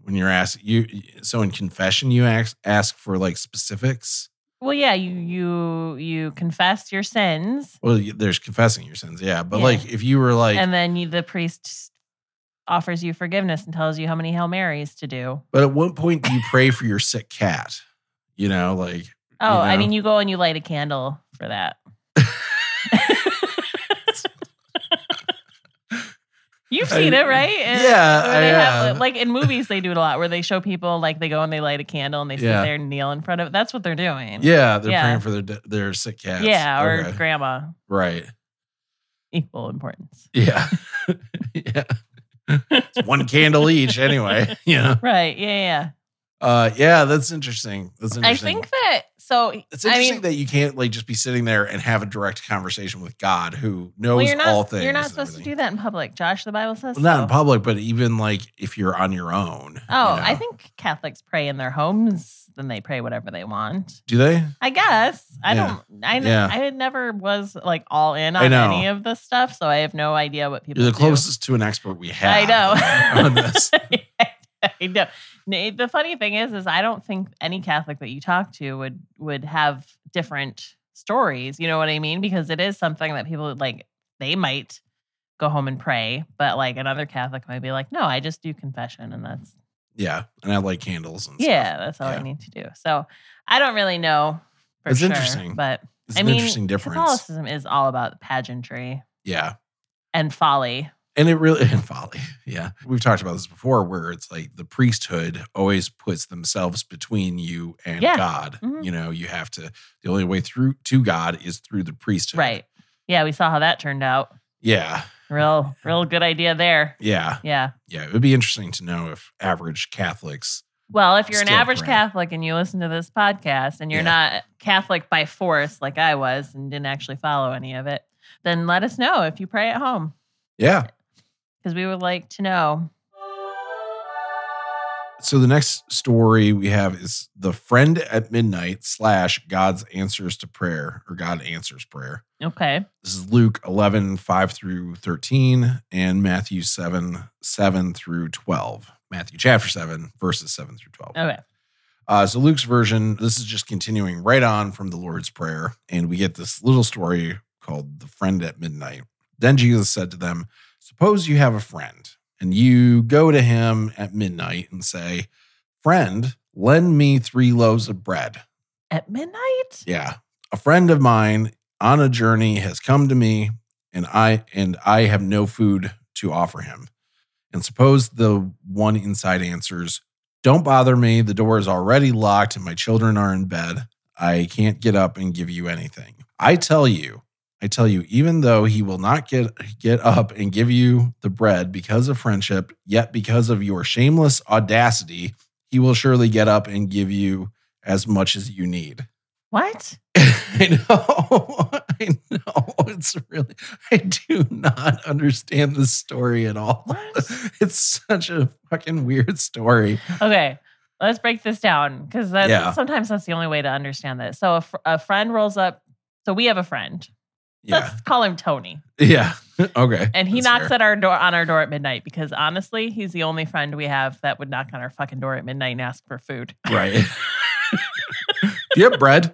Speaker 1: when you're asked, you so in confession you ask ask for like specifics.
Speaker 2: Well, yeah, you you you confess your sins,
Speaker 1: Well, you- there's confessing your sins. Yeah, but
Speaker 2: Yeah.
Speaker 1: like if you were like,
Speaker 2: and then you, the priest offers you forgiveness and tells you how many Hail Marys to do.
Speaker 1: but at what point do you pray for your sick cat? You know, like
Speaker 2: Oh, I
Speaker 1: know.
Speaker 2: mean, you go and you light a candle for that. You've seen
Speaker 1: I-
Speaker 2: it, right? And-
Speaker 1: yeah,
Speaker 2: where they
Speaker 1: I
Speaker 2: have,
Speaker 1: have.
Speaker 2: like in movies, they do it a lot where they show people like they go and they light a candle and they sit
Speaker 1: Yeah.
Speaker 2: there and kneel in front of. That's what they're doing.
Speaker 1: Yeah, they're
Speaker 2: Yeah.
Speaker 1: praying for their de- their sick cats.
Speaker 2: yeah, or
Speaker 1: Okay.
Speaker 2: grandma,
Speaker 1: right.
Speaker 2: equal importance.
Speaker 1: Yeah, yeah. It's one candle each, anyway. Yeah,
Speaker 2: Right? Yeah, yeah.
Speaker 1: uh, yeah. That's interesting. That's
Speaker 2: I
Speaker 1: interesting.
Speaker 2: think that So
Speaker 1: It's
Speaker 2: I
Speaker 1: interesting
Speaker 2: mean,
Speaker 1: that you can't like just be sitting there and have a direct conversation with God, who knows
Speaker 2: well, you're not
Speaker 1: all things.
Speaker 2: you're not
Speaker 1: and
Speaker 2: supposed
Speaker 1: everything.
Speaker 2: to do that in public. Josh, the Bible says.
Speaker 1: Well, not in
Speaker 2: so.
Speaker 1: public, but even like if you're on your own.
Speaker 2: Oh,
Speaker 1: you know?
Speaker 2: I think Catholics pray in their homes. Then they pray whatever they want.
Speaker 1: Do they?
Speaker 2: I guess I
Speaker 1: Yeah.
Speaker 2: don't. I n-
Speaker 1: Yeah.
Speaker 2: I never was like all in
Speaker 1: I
Speaker 2: on
Speaker 1: know.
Speaker 2: any of this stuff, so I have no idea what people.
Speaker 1: You're the
Speaker 2: do.
Speaker 1: closest to an expert we have.
Speaker 2: I know.
Speaker 1: on this.
Speaker 2: I know. N- eh, The funny thing is, is I don't think any Catholic that you talk to would would have different stories. You know what I mean? Because it is something that people like. They might go home and pray, but like another Catholic might be like, "No, I just do confession, and that's
Speaker 1: Yeah, and I like candles. And stuff.
Speaker 2: yeah, that's all
Speaker 1: Yeah.
Speaker 2: I need to do." So I don't really know. For
Speaker 1: It's
Speaker 2: sure,
Speaker 1: interesting.
Speaker 2: but
Speaker 1: it's
Speaker 2: I
Speaker 1: an
Speaker 2: mean,
Speaker 1: interesting difference.
Speaker 2: Catholicism is all about pageantry
Speaker 1: Yeah.
Speaker 2: and folly.
Speaker 1: And it really and folly. Yeah. We've talked about this before where it's like the priesthood always puts themselves between you and
Speaker 2: Yeah.
Speaker 1: God.
Speaker 2: Mhm.
Speaker 1: You know, you have to the only way through to God is through the priesthood.
Speaker 2: Right. Yeah, we saw how that turned out.
Speaker 1: Yeah.
Speaker 2: Real, real good idea there.
Speaker 1: Yeah.
Speaker 2: Yeah.
Speaker 1: Yeah. It would be interesting to know if average Catholics
Speaker 2: Well, if you're an
Speaker 1: Still
Speaker 2: average
Speaker 1: pray.
Speaker 2: Catholic and you listen to this podcast and you're not Catholic by force like I was and didn't actually follow any of it, then let us know if you pray at home
Speaker 1: Yeah.
Speaker 2: because we would like to know.
Speaker 1: So the next story we have is the friend at midnight slash God's answers to prayer or God answers prayer.
Speaker 2: Okay.
Speaker 1: This is Luke 11, 5 through 13, and Matthew 7, 7 through 12. Matthew chapter 7, verses 7 through 12.
Speaker 2: Okay.
Speaker 1: Uh, so Luke's version, this is just continuing right on from the Lord's Prayer. And we get this little story called The Friend at Midnight. Then Jesus said to them, Suppose you have a friend, and you go to him at midnight and say, Friend, lend me three loaves of bread.
Speaker 2: At midnight?
Speaker 1: Yeah. A friend of mine on a journey has come to me and I and I have no food to offer him. And suppose the one inside answers, "Don't bother me. The door is already locked and my children are in bed. I can't get up and give you anything." I tell you, I tell you, even though he will not get get up and give you the bread because of friendship, yet because of your shameless audacity, he will surely get up and give you as much as you need.
Speaker 2: What?
Speaker 1: I know. I know. It's really, I do not understand this story at all.
Speaker 2: What?
Speaker 1: It's such a fucking weird story.
Speaker 2: Okay. Let's break this down because that's,
Speaker 1: Yeah.
Speaker 2: sometimes that's the only way to understand this. So a, fr- a friend rolls up. So we have a friend.
Speaker 1: Yeah.
Speaker 2: Let's call him Tony.
Speaker 1: Yeah. Okay.
Speaker 2: And he
Speaker 1: That's
Speaker 2: knocks
Speaker 1: fair.
Speaker 2: at our door on our door at midnight because honestly, he's the only friend we have that would knock on our fucking door at midnight and ask for food.
Speaker 1: Right. do you have bread?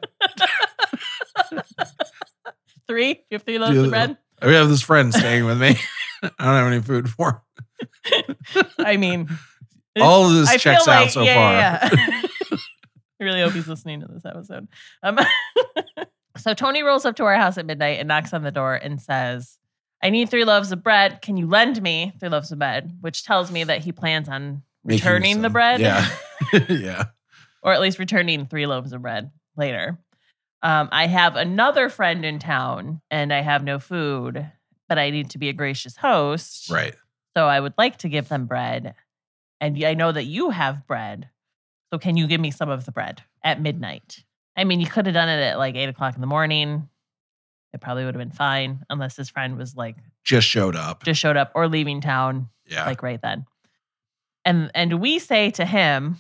Speaker 2: Three? Do you have three loaves
Speaker 1: Dude.
Speaker 2: of bread?
Speaker 1: I have this friend staying with me. I don't have any food for him.
Speaker 2: I mean, It's-
Speaker 1: All of this
Speaker 2: I
Speaker 1: checks
Speaker 2: feel like,
Speaker 1: out so
Speaker 2: yeah,
Speaker 1: far.
Speaker 2: yeah, yeah. I really hope he's listening to this episode. Um, so Tony rolls up to our house at midnight and knocks on the door and says, I need three loaves of bread. Can you lend me three loaves of bread? Which tells me that he plans on
Speaker 1: Making
Speaker 2: returning the
Speaker 1: some-
Speaker 2: bread.
Speaker 1: Yeah. yeah.
Speaker 2: or at least returning three loaves of bread later. Um, I have another friend in town and I have no food, but I need to be a gracious host.
Speaker 1: Right.
Speaker 2: So I would like to give them bread. And I know that you have bread. So can you give me some of the bread at midnight? I mean, you could have done it at like eight o'clock in the morning. It probably would have been fine, unless his friend was like
Speaker 1: Just showed up.
Speaker 2: just showed up or leaving town
Speaker 1: Yeah.
Speaker 2: like right then. And and we say to him,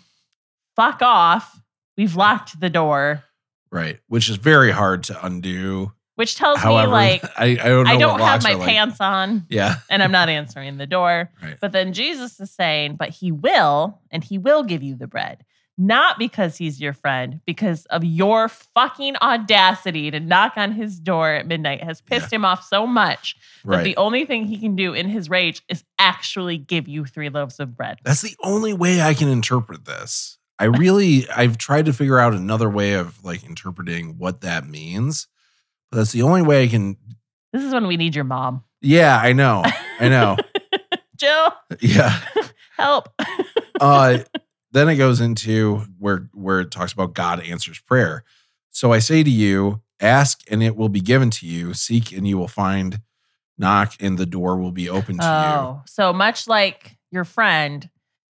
Speaker 2: "Fuck off! We've locked the door,"
Speaker 1: right. Which is very hard to undo.
Speaker 2: which tells
Speaker 1: However,
Speaker 2: me like
Speaker 1: I, I don't know
Speaker 2: I
Speaker 1: what
Speaker 2: don't have
Speaker 1: locks
Speaker 2: my
Speaker 1: are like.
Speaker 2: pants on
Speaker 1: Yeah.
Speaker 2: and I'm not answering the door.
Speaker 1: Right.
Speaker 2: But then Jesus is saying, "But he will, and he will give you the bread." Not because he's your friend, because of your fucking audacity to knock on his door at midnight has pissed him off so much that
Speaker 1: Right.
Speaker 2: the only thing he can do in his rage is actually give you three loaves of bread.
Speaker 1: That's the only way I can interpret this. I really, I've tried to figure out another way of like interpreting what that means. But that's the only way I can.
Speaker 2: This is when we need your mom.
Speaker 1: Yeah, I know. I know.
Speaker 2: Jill,
Speaker 1: yeah.
Speaker 2: help.
Speaker 1: Uh, then it goes into where where it talks about God answers prayer. So I say to you, ask and it will be given to you. Seek and you will find. Knock and the door will be open to you.
Speaker 2: Oh, so much like your friend,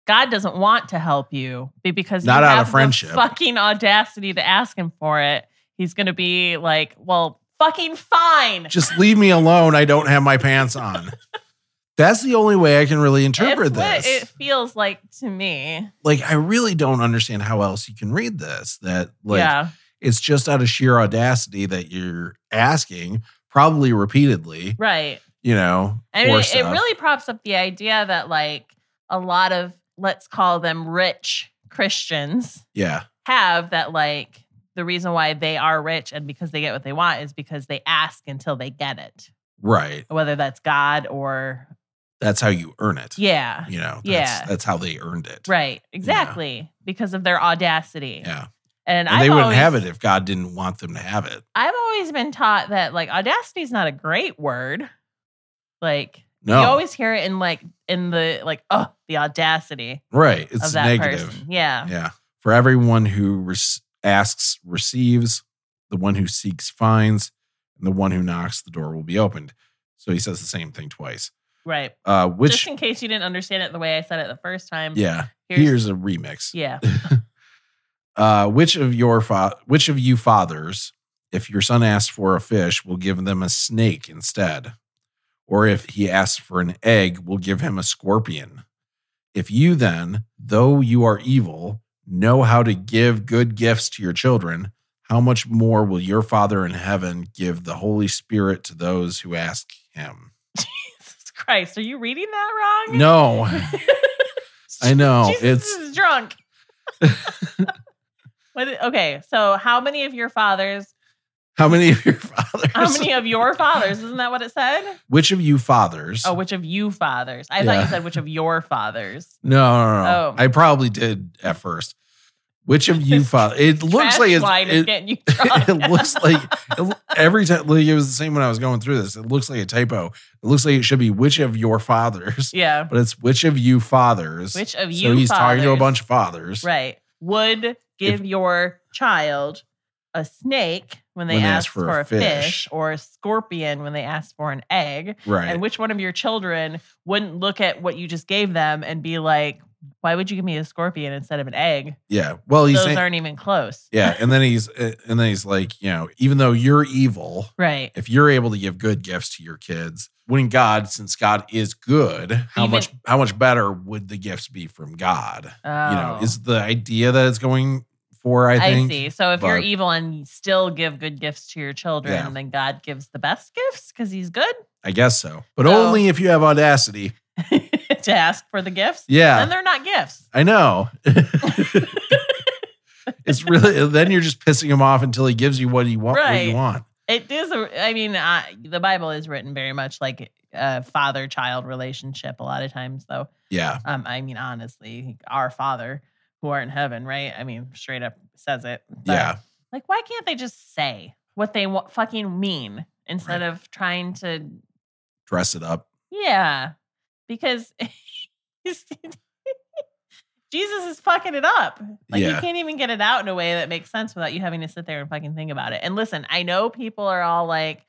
Speaker 2: God doesn't want to help you be- because you
Speaker 1: Not out of
Speaker 2: have the
Speaker 1: friendship.
Speaker 2: fucking audacity to ask him for it. He's going to be like, well, fucking fine.
Speaker 1: Just leave me alone. I don't have my pants on. That's the only way I can really interpret
Speaker 2: It's what
Speaker 1: this.
Speaker 2: it feels like to me.
Speaker 1: like, I really don't understand how else you can read this. That, like,
Speaker 2: yeah.
Speaker 1: it's just out of sheer audacity that you're asking, probably repeatedly,
Speaker 2: Right.
Speaker 1: you know.
Speaker 2: I
Speaker 1: for
Speaker 2: mean, it
Speaker 1: stuff.
Speaker 2: really props up the idea that like a lot of let's call them rich Christians
Speaker 1: yeah.
Speaker 2: have that like the reason why they are rich and because they get what they want is because they ask until they get it,
Speaker 1: Right.
Speaker 2: whether that's God or
Speaker 1: That's how you earn it.
Speaker 2: yeah,
Speaker 1: You know, that's,
Speaker 2: Yeah.
Speaker 1: that's how they earned it.
Speaker 2: right, exactly, because of their audacity.
Speaker 1: Yeah. And
Speaker 2: And, I've
Speaker 1: they wouldn't
Speaker 2: always,
Speaker 1: have it if God didn't want them to have it.
Speaker 2: I've always been taught that like audacity is not a great word. Like
Speaker 1: No.
Speaker 2: you always hear it in like in the like oh the audacity
Speaker 1: right.
Speaker 2: of
Speaker 1: It's
Speaker 2: that
Speaker 1: negative.
Speaker 2: person. Yeah.
Speaker 1: Yeah. For everyone who res- asks receives, the one who seeks finds, and the one who knocks, the door will be opened. So he says the same thing twice.
Speaker 2: Right.
Speaker 1: Uh,
Speaker 2: Just
Speaker 1: which,
Speaker 2: in case you didn't understand it the way I said it the first time.
Speaker 1: yeah,
Speaker 2: here's-
Speaker 1: here's a remix.
Speaker 2: Yeah.
Speaker 1: Uh, which of your fa- which of you fathers, if your son asks for a fish, will give them a snake instead, or if he asks for an egg, will give him a scorpion? If you then, though you are evil, know how to give good gifts to your children, how much more will your Father in heaven give the Holy Spirit to those who ask Him?
Speaker 2: Jesus Christ. Are you reading that wrong?
Speaker 1: No, I know
Speaker 2: Jesus
Speaker 1: it's
Speaker 2: is drunk. What i- okay, so how many of your fathers?
Speaker 1: how many of your fathers?
Speaker 2: How many of your fathers? Isn't that what it said?
Speaker 1: Which of you fathers?
Speaker 2: Oh, which of you fathers? I thought
Speaker 1: Yeah.
Speaker 2: you said which of your fathers.
Speaker 1: No, no, no.
Speaker 2: Oh.
Speaker 1: I probably did at first. Which of you father? It looks
Speaker 2: Trash
Speaker 1: like it's,
Speaker 2: wine is
Speaker 1: it,
Speaker 2: getting you drunk.
Speaker 1: it looks like it lo- every time like it was the same when I was going through this. It looks like a typo. It looks like it should be which of your fathers,
Speaker 2: yeah.
Speaker 1: but it's which of you fathers.
Speaker 2: Which of you?
Speaker 1: so he's talking to a
Speaker 2: fathers-
Speaker 1: bunch of fathers.
Speaker 2: Right. Would give your child a snake when they, ask for, a fish. or a scorpion when they ask for an egg.
Speaker 1: Right.
Speaker 2: And which one of your children wouldn't look at what you just gave them and be like, why would you give me a scorpion instead of an egg?
Speaker 1: yeah. Well, he's
Speaker 2: Those
Speaker 1: saying,
Speaker 2: aren't even close.
Speaker 1: yeah, and then he's uh, and then he's like, you know, even though you're evil,
Speaker 2: Right.
Speaker 1: if you're able to give good gifts to your kids, wouldn't God, since God is good, how
Speaker 2: Even-
Speaker 1: much how much better would the gifts be from God?
Speaker 2: Oh.
Speaker 1: You know, is the idea that it's going for, I
Speaker 2: I,
Speaker 1: think.
Speaker 2: see. So if you're
Speaker 1: but-
Speaker 2: evil and you still give good gifts to your children,
Speaker 1: Yeah.
Speaker 2: then God gives the best gifts because he's good
Speaker 1: I guess so. But
Speaker 2: So-
Speaker 1: only if you have audacity.
Speaker 2: to ask for the gifts. Then
Speaker 1: Yeah.
Speaker 2: they're not gifts.
Speaker 1: I know. it's really then you're just pissing him off until he gives you what he want what
Speaker 2: Right.
Speaker 1: you want.
Speaker 2: It is. A, I mean, I, the Bible is written very much like a father-child relationship. A lot of times, though.
Speaker 1: Yeah.
Speaker 2: Um, I mean, honestly, our Father who art in heaven, right? I mean, straight up says it. But,
Speaker 1: yeah.
Speaker 2: Like, why can't they just say what they wa- fucking mean instead of trying to?
Speaker 1: Dress it up.
Speaker 2: Yeah, because Jesus is fucking it up. Like
Speaker 1: Yeah.
Speaker 2: you can't even get it out in a way that makes sense without you having to sit there and fucking think about it. And listen, I know people are all like,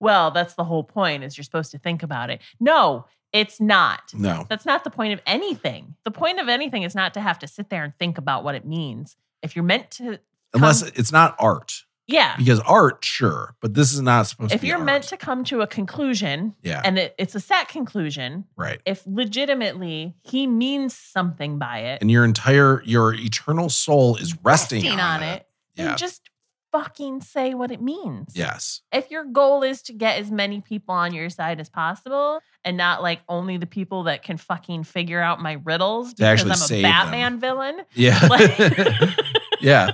Speaker 2: "Well, that's the whole point is you're supposed to think about it." No, it's not.
Speaker 1: No.
Speaker 2: That's not the point of anything. The point of anything is not to have to sit there and think about what it means. If you're meant to,
Speaker 1: Unless it's not art.
Speaker 2: yeah,
Speaker 1: Because art, sure, but this is not supposed
Speaker 2: if
Speaker 1: to be
Speaker 2: you're
Speaker 1: art.
Speaker 2: meant to come to a conclusion
Speaker 1: Yeah.
Speaker 2: and it, it's a set conclusion,
Speaker 1: right.
Speaker 2: if legitimately he means something by it,
Speaker 1: and your entire your eternal soul is resting, on, it.
Speaker 2: then
Speaker 1: Yeah.
Speaker 2: just fucking say what it means.
Speaker 1: Yes.
Speaker 2: If your goal is to get as many people on your side as possible and not like only the people that can fucking figure out my riddles because
Speaker 1: actually
Speaker 2: I'm a
Speaker 1: save them.
Speaker 2: Batman villain,
Speaker 1: Yeah.
Speaker 2: Like-
Speaker 1: yeah.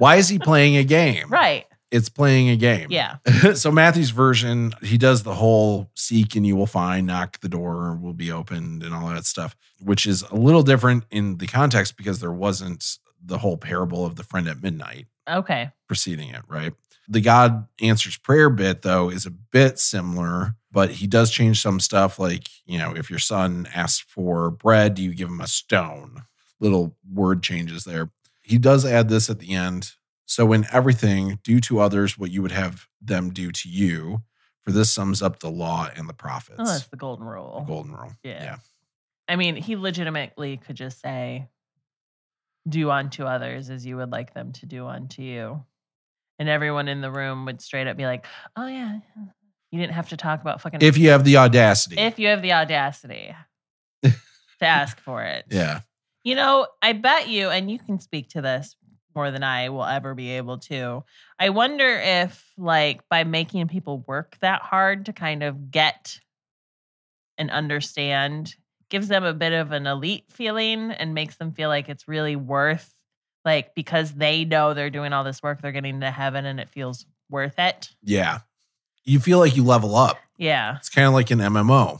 Speaker 1: Why is he playing a game?
Speaker 2: right?
Speaker 1: It's playing a game.
Speaker 2: Yeah.
Speaker 1: so Matthew's version, he does the whole seek and you will find, knock the door will be opened and all that stuff, which is a little different in the context because there wasn't the whole parable of the friend at midnight.
Speaker 2: Okay.
Speaker 1: preceding it, right? The God answers prayer bit, though, is a bit similar, but he does change some stuff. Like, you know, if your son asks for bread, do you give him a stone? Little word changes there. He does add this at the end. So, in everything, do to others what you would have them do to you. For this sums up the law and the prophets.
Speaker 2: Oh, that's the golden rule.
Speaker 1: Golden rule.
Speaker 2: Yeah. I mean, he legitimately could just say, do unto others as you would like them to do unto you. And everyone in the room would straight up be like, oh, yeah. You didn't have to talk about fucking.
Speaker 1: If you have the audacity.
Speaker 2: if you have the audacity to ask for it.
Speaker 1: yeah.
Speaker 2: You know, I bet you, and you can speak to this more than I will ever be able to. I wonder if, like, by making people work that hard to kind of get and understand gives them a bit of an elite feeling and makes them feel like it's really worth, like, because they know they're doing all this work, they're getting to heaven and it feels worth it.
Speaker 1: Yeah. You feel like you level up.
Speaker 2: Yeah.
Speaker 1: It's kind of like an MMO.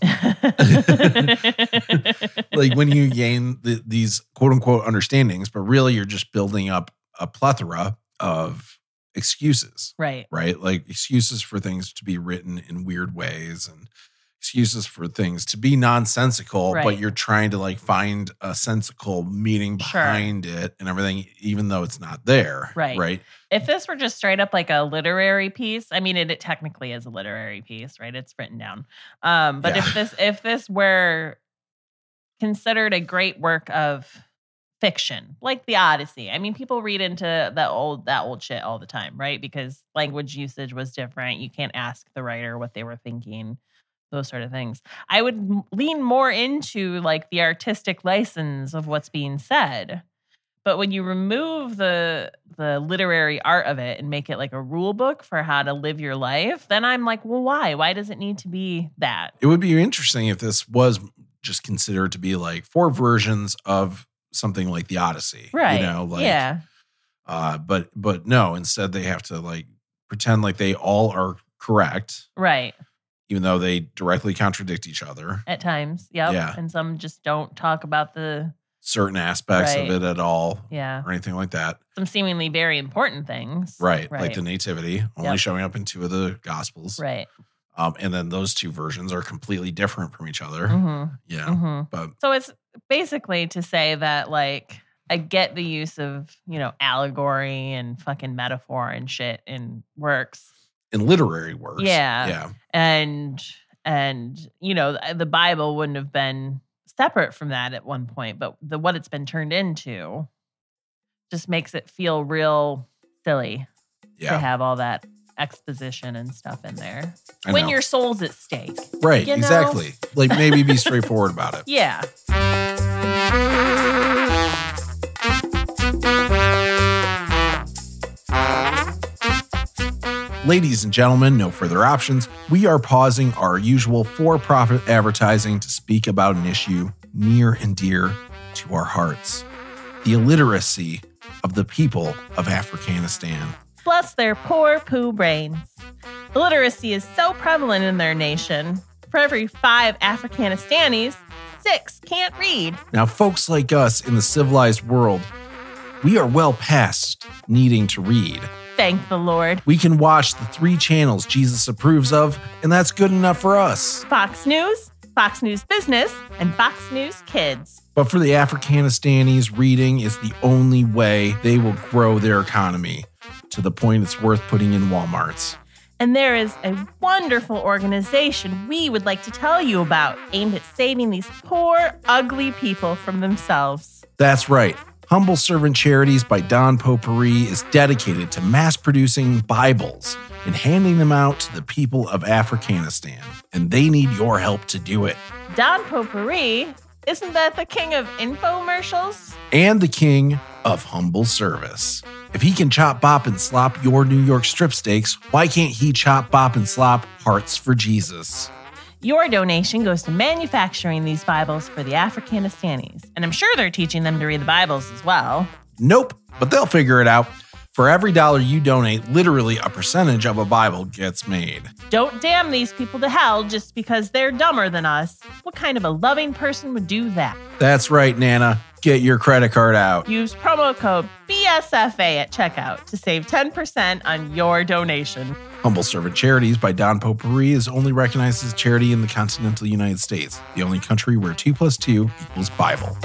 Speaker 1: like when you gain the, these quote unquote understandings, but really you're just building up a plethora of excuses,
Speaker 2: right.
Speaker 1: right? Like excuses for things to be written in weird ways and excuses for things to be nonsensical,
Speaker 2: Right.
Speaker 1: but you're trying to like find a sensical meaning
Speaker 2: Sure.
Speaker 1: behind it and everything, even though it's not there.
Speaker 2: Right.
Speaker 1: Right.
Speaker 2: if this were just straight up like a literary piece, I mean, it, it technically is a literary piece, right? It's written down. Um, but
Speaker 1: Yeah.
Speaker 2: if this if this were considered a great work of fiction, like the Odyssey, I mean, people read into that old that old shit all the time, right? Because language usage was different. You can't ask the writer what they were thinking. Those sort of things. I would m- lean more into like the artistic license of what's being said but when you remove the the literary art of it and make it like a rule book for how to live your life then i'm like well why why does it need to be that
Speaker 1: It would be interesting if this was just considered to be like four versions of something like the Odyssey.
Speaker 2: right
Speaker 1: You know, like
Speaker 2: yeah
Speaker 1: Uh, but but no, instead they have to like pretend like they all are correct,
Speaker 2: right
Speaker 1: even though they directly contradict each other.
Speaker 2: at times yep
Speaker 1: Yeah.
Speaker 2: and some just don't talk about the
Speaker 1: Certain aspects
Speaker 2: Right.
Speaker 1: of it at all,
Speaker 2: yeah
Speaker 1: or anything like that.
Speaker 2: some seemingly very important things
Speaker 1: Right, like
Speaker 2: Right.
Speaker 1: the Nativity only
Speaker 2: Yep.
Speaker 1: showing up in two of the Gospels,
Speaker 2: right
Speaker 1: um, and then those two versions are completely different from each other.
Speaker 2: hmm
Speaker 1: Yeah,
Speaker 2: hmm
Speaker 1: but
Speaker 2: So it's basically to say that like I get the use of, you know, allegory and fucking metaphor and shit in works.
Speaker 1: in literary works,
Speaker 2: Yeah.
Speaker 1: yeah,
Speaker 2: And and you know, the Bible wouldn't have been separate from that at one point, but the what it's been turned into just makes it feel real silly to
Speaker 1: yeah.
Speaker 2: have all that exposition and stuff in there.
Speaker 1: I
Speaker 2: when
Speaker 1: know.
Speaker 2: your soul's at stake.
Speaker 1: right,
Speaker 2: you know-
Speaker 1: exactly. Like maybe be straightforward about it.
Speaker 2: Yeah.
Speaker 1: Ladies and gentlemen, no further options. We are pausing our usual for profit advertising to speak about an issue near and dear to our hearts the illiteracy of the people of Afghanistan.
Speaker 2: plus their poor poo brains. Illiteracy is so prevalent in their nation. For every five Africanistanis, six can't read.
Speaker 1: Now, folks like us in the civilized world, we are well past needing to read.
Speaker 2: Thank the Lord.
Speaker 1: We can watch the three channels Jesus approves of, and that's good enough for us.
Speaker 2: Fox News, Fox News Business, and Fox News Kids.
Speaker 1: But for the Africanistanis, reading is the only way they will grow their economy to the point it's worth putting in Walmarts.
Speaker 2: And there is a wonderful organization we would like to tell you about aimed at saving these poor, ugly people from themselves.
Speaker 1: That's right. Humble Servant Charities by Don Potpourri is dedicated to mass producing Bibles and handing them out to the people of Africanistan. And they need your help to do it.
Speaker 2: Don Potpourri, isn't that the king of infomercials?
Speaker 1: And the king of humble service. If he can chop, bop, and slop your New York strip steaks, why can't he chop, bop, and slop hearts for Jesus?
Speaker 2: Your donation goes to manufacturing these Bibles for the Africanistanis, and I'm sure they're teaching them to read the Bibles as well.
Speaker 1: Nope, but they'll figure it out. For every dollar you donate, literally a percentage of a Bible gets made.
Speaker 2: Don't damn these people to hell just because they're dumber than us. What kind of a loving person would do that?
Speaker 1: That's right, Nana. Get your credit card out.
Speaker 2: Use promo code BSFA at checkout to save 10% on your donation.
Speaker 1: Humble Servant Charities by Don Potpourri is only recognized as a charity in the continental United States, the only country where 2 plus 2 equals Bible.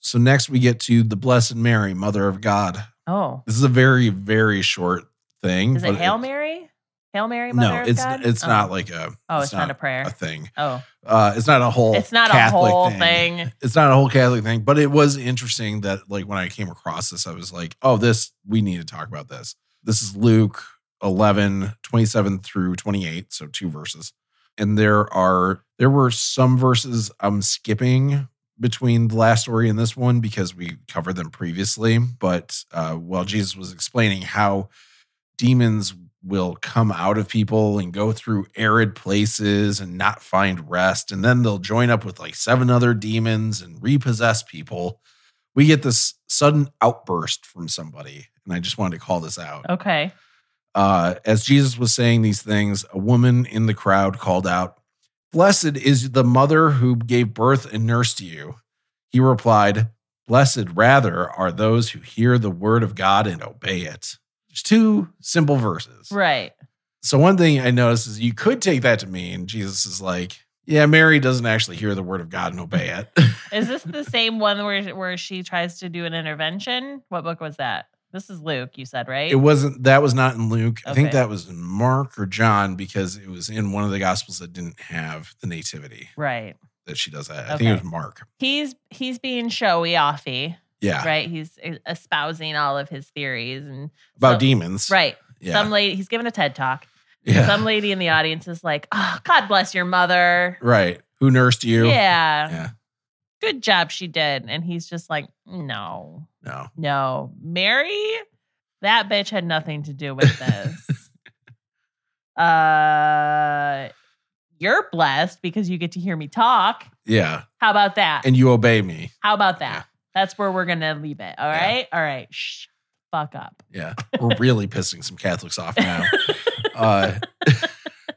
Speaker 1: So next we get to the Blessed Mary, Mother of God.
Speaker 2: Oh,
Speaker 1: This is a very, very short thing.
Speaker 2: is it
Speaker 1: but
Speaker 2: Hail Mary? Hail Mary, Mother
Speaker 1: No,
Speaker 2: of
Speaker 1: it's
Speaker 2: God?
Speaker 1: it's
Speaker 2: Oh.
Speaker 1: not like a
Speaker 2: Oh, it's, not, a prayer.
Speaker 1: a thing.
Speaker 2: oh,
Speaker 1: Uh, it's not a whole.
Speaker 2: it's not
Speaker 1: Catholic
Speaker 2: a whole thing.
Speaker 1: It's not a whole Catholic thing, but it was interesting that like when I came across this, I was like, oh, this we need to talk about this. This is Luke 11, 27 through 28, so two verses. And there are there were some verses I'm skipping between the last story and this one because we covered them previously. But uh, while Jesus was explaining how demons will come out of people and go through arid places and not find rest. And then they'll join up with like seven other demons and repossess people. We get this sudden outburst from somebody. And I just wanted to call this out.
Speaker 2: Okay.
Speaker 1: Uh, as Jesus was saying these things, a woman in the crowd called out, Blessed is the mother who gave birth and nursed you. He replied, Blessed rather are those who hear the word of God and obey it. There's two simple verses.
Speaker 2: Right.
Speaker 1: So one thing I noticed is you could take that to mean Jesus is like, yeah, Mary doesn't actually hear the word of God and obey it.
Speaker 2: Is this the same one where where she tries to do an intervention? What book was that? This is Luke, you said, right?
Speaker 1: it wasn't that was not in Luke. I think
Speaker 2: Okay.
Speaker 1: that was in Mark or John because it was in one of the gospels that didn't have the nativity
Speaker 2: right.
Speaker 1: that she does that. I think it
Speaker 2: Okay.
Speaker 1: was Mark.
Speaker 2: He's he's being showy offy,
Speaker 1: Yeah.
Speaker 2: right? He's e-, espousing all of his theories and
Speaker 1: About
Speaker 2: So-
Speaker 1: demons.
Speaker 2: right.
Speaker 1: Yeah.
Speaker 2: Some lady he's giving a TED talk.
Speaker 1: yeah.
Speaker 2: Some lady in the audience is like, Oh, God bless your mother.
Speaker 1: right. Who nursed you?
Speaker 2: Yeah.
Speaker 1: Yeah.
Speaker 2: Good job she did. And he's just like, No,
Speaker 1: No.
Speaker 2: no. Mary, that bitch had nothing to do with this. uh you're blessed because you get to hear me talk.
Speaker 1: Yeah.
Speaker 2: How about that?
Speaker 1: And you obey me.
Speaker 2: How about that?
Speaker 1: Yeah.
Speaker 2: That's where we're gonna leave it. All
Speaker 1: Yeah.
Speaker 2: right. All right. Shh. Fuck up.
Speaker 1: Yeah. We're really pissing some Catholics off now. uh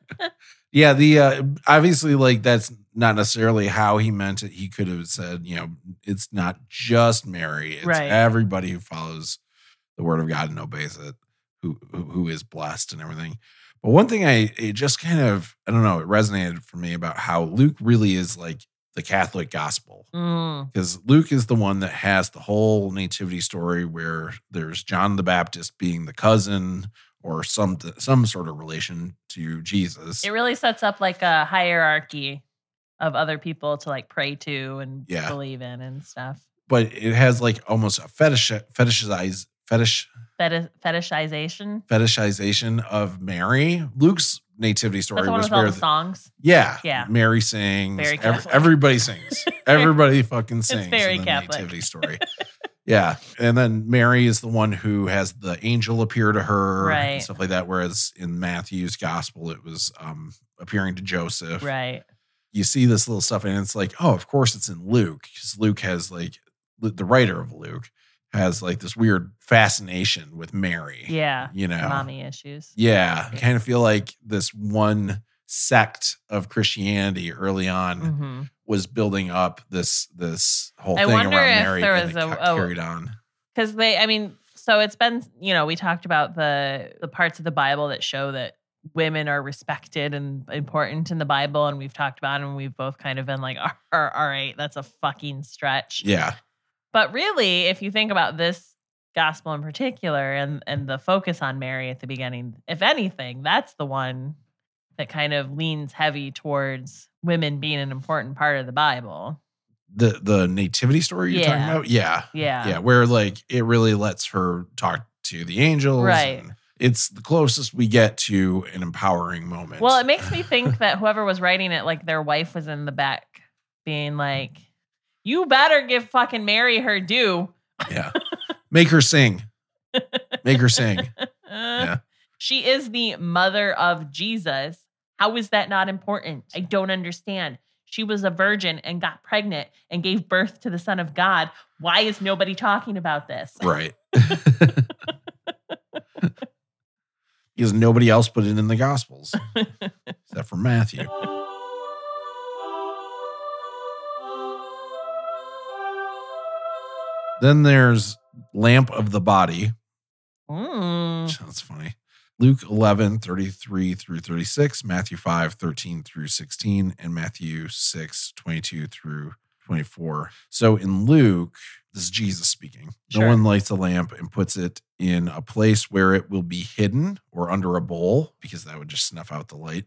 Speaker 1: yeah the uh obviously like that's not necessarily how he meant it he could have said you know it's not just mary it's
Speaker 2: Right.
Speaker 1: everybody who follows the word of god and obeys it who who, who is blessed and everything but one thing i it just kind of i don't know it resonated for me about how luke really is like the catholic gospel
Speaker 2: Mm,
Speaker 1: because Luke is the one that has the whole nativity story where there's John the Baptist being the cousin or some some sort of relation to Jesus.
Speaker 2: it really sets up like a hierarchy of other people to like pray to and
Speaker 1: Yeah.
Speaker 2: believe in and stuff.
Speaker 1: But it has like almost a fetish fetishize fetish
Speaker 2: Feti- fetishization.
Speaker 1: fetishization of Mary. Luke's nativity
Speaker 2: That's
Speaker 1: story
Speaker 2: the one
Speaker 1: was
Speaker 2: with all
Speaker 1: where
Speaker 2: the
Speaker 1: the-
Speaker 2: songs.
Speaker 1: yeah,
Speaker 2: Yeah.
Speaker 1: Mary sings.
Speaker 2: Very
Speaker 1: ev-
Speaker 2: Catholic.
Speaker 1: everybody sings. Everybody fucking sings.
Speaker 2: very
Speaker 1: in the
Speaker 2: Catholic.
Speaker 1: nativity story. yeah, and then Mary is the one who has the angel appear to her
Speaker 2: Right.
Speaker 1: and stuff like that. Whereas in Matthew's gospel, it was um, appearing to Joseph.
Speaker 2: Right.
Speaker 1: You see this little stuff, and it's like, oh, of course, it's in Luke because Luke has like Lu- the writer of Luke has like this weird fascination with Mary.
Speaker 2: Yeah.
Speaker 1: you know,
Speaker 2: Mommy issues.
Speaker 1: yeah, I
Speaker 2: Yeah.
Speaker 1: kind of feel like this one sect of Christianity early on
Speaker 2: hmm
Speaker 1: was building up this this whole
Speaker 2: I
Speaker 1: thing around
Speaker 2: wonder if
Speaker 1: Mary
Speaker 2: there
Speaker 1: and
Speaker 2: was
Speaker 1: it
Speaker 2: a-
Speaker 1: ca-
Speaker 2: oh.
Speaker 1: carried on.
Speaker 2: because they i mean so it's been you know we talked about the the parts of the bible that show that women are respected and important in the bible and we've talked about it and we've both kind of been like all right, all right that's a fucking stretch
Speaker 1: Yeah,
Speaker 2: but really if you think about this gospel in particular and and the focus on mary at the beginning if anything that's the one that kind of leans heavy towards women being an important part of the bible
Speaker 1: the the nativity story you're talking
Speaker 2: Yeah.
Speaker 1: about. Yeah.
Speaker 2: yeah
Speaker 1: yeah, where like it really lets her talk to the angels.
Speaker 2: Right.
Speaker 1: and It's the closest we get to an empowering moment.
Speaker 2: Well, it makes me think that whoever was writing it, like their wife was in the back being like, you better give fucking Mary her due.
Speaker 1: yeah, make her sing, make her sing.
Speaker 2: Uh, She is the mother of Jesus. How is that not important? I don't understand. She was a virgin and got pregnant and gave birth to the Son of God. Why is nobody talking about this?
Speaker 1: Right. because nobody else put it in the Gospels except for Matthew. Then there's Lamp of the Body.
Speaker 2: Mm.
Speaker 1: That's funny. Luke 11, 33 through 36, Matthew 5, 13 through 16, and Matthew 6, 22 through 24. So in Luke, this is Jesus speaking.
Speaker 2: Sure.
Speaker 1: No one lights a lamp and puts it in a place where it will be hidden or under a bowl because that would just snuff out the light.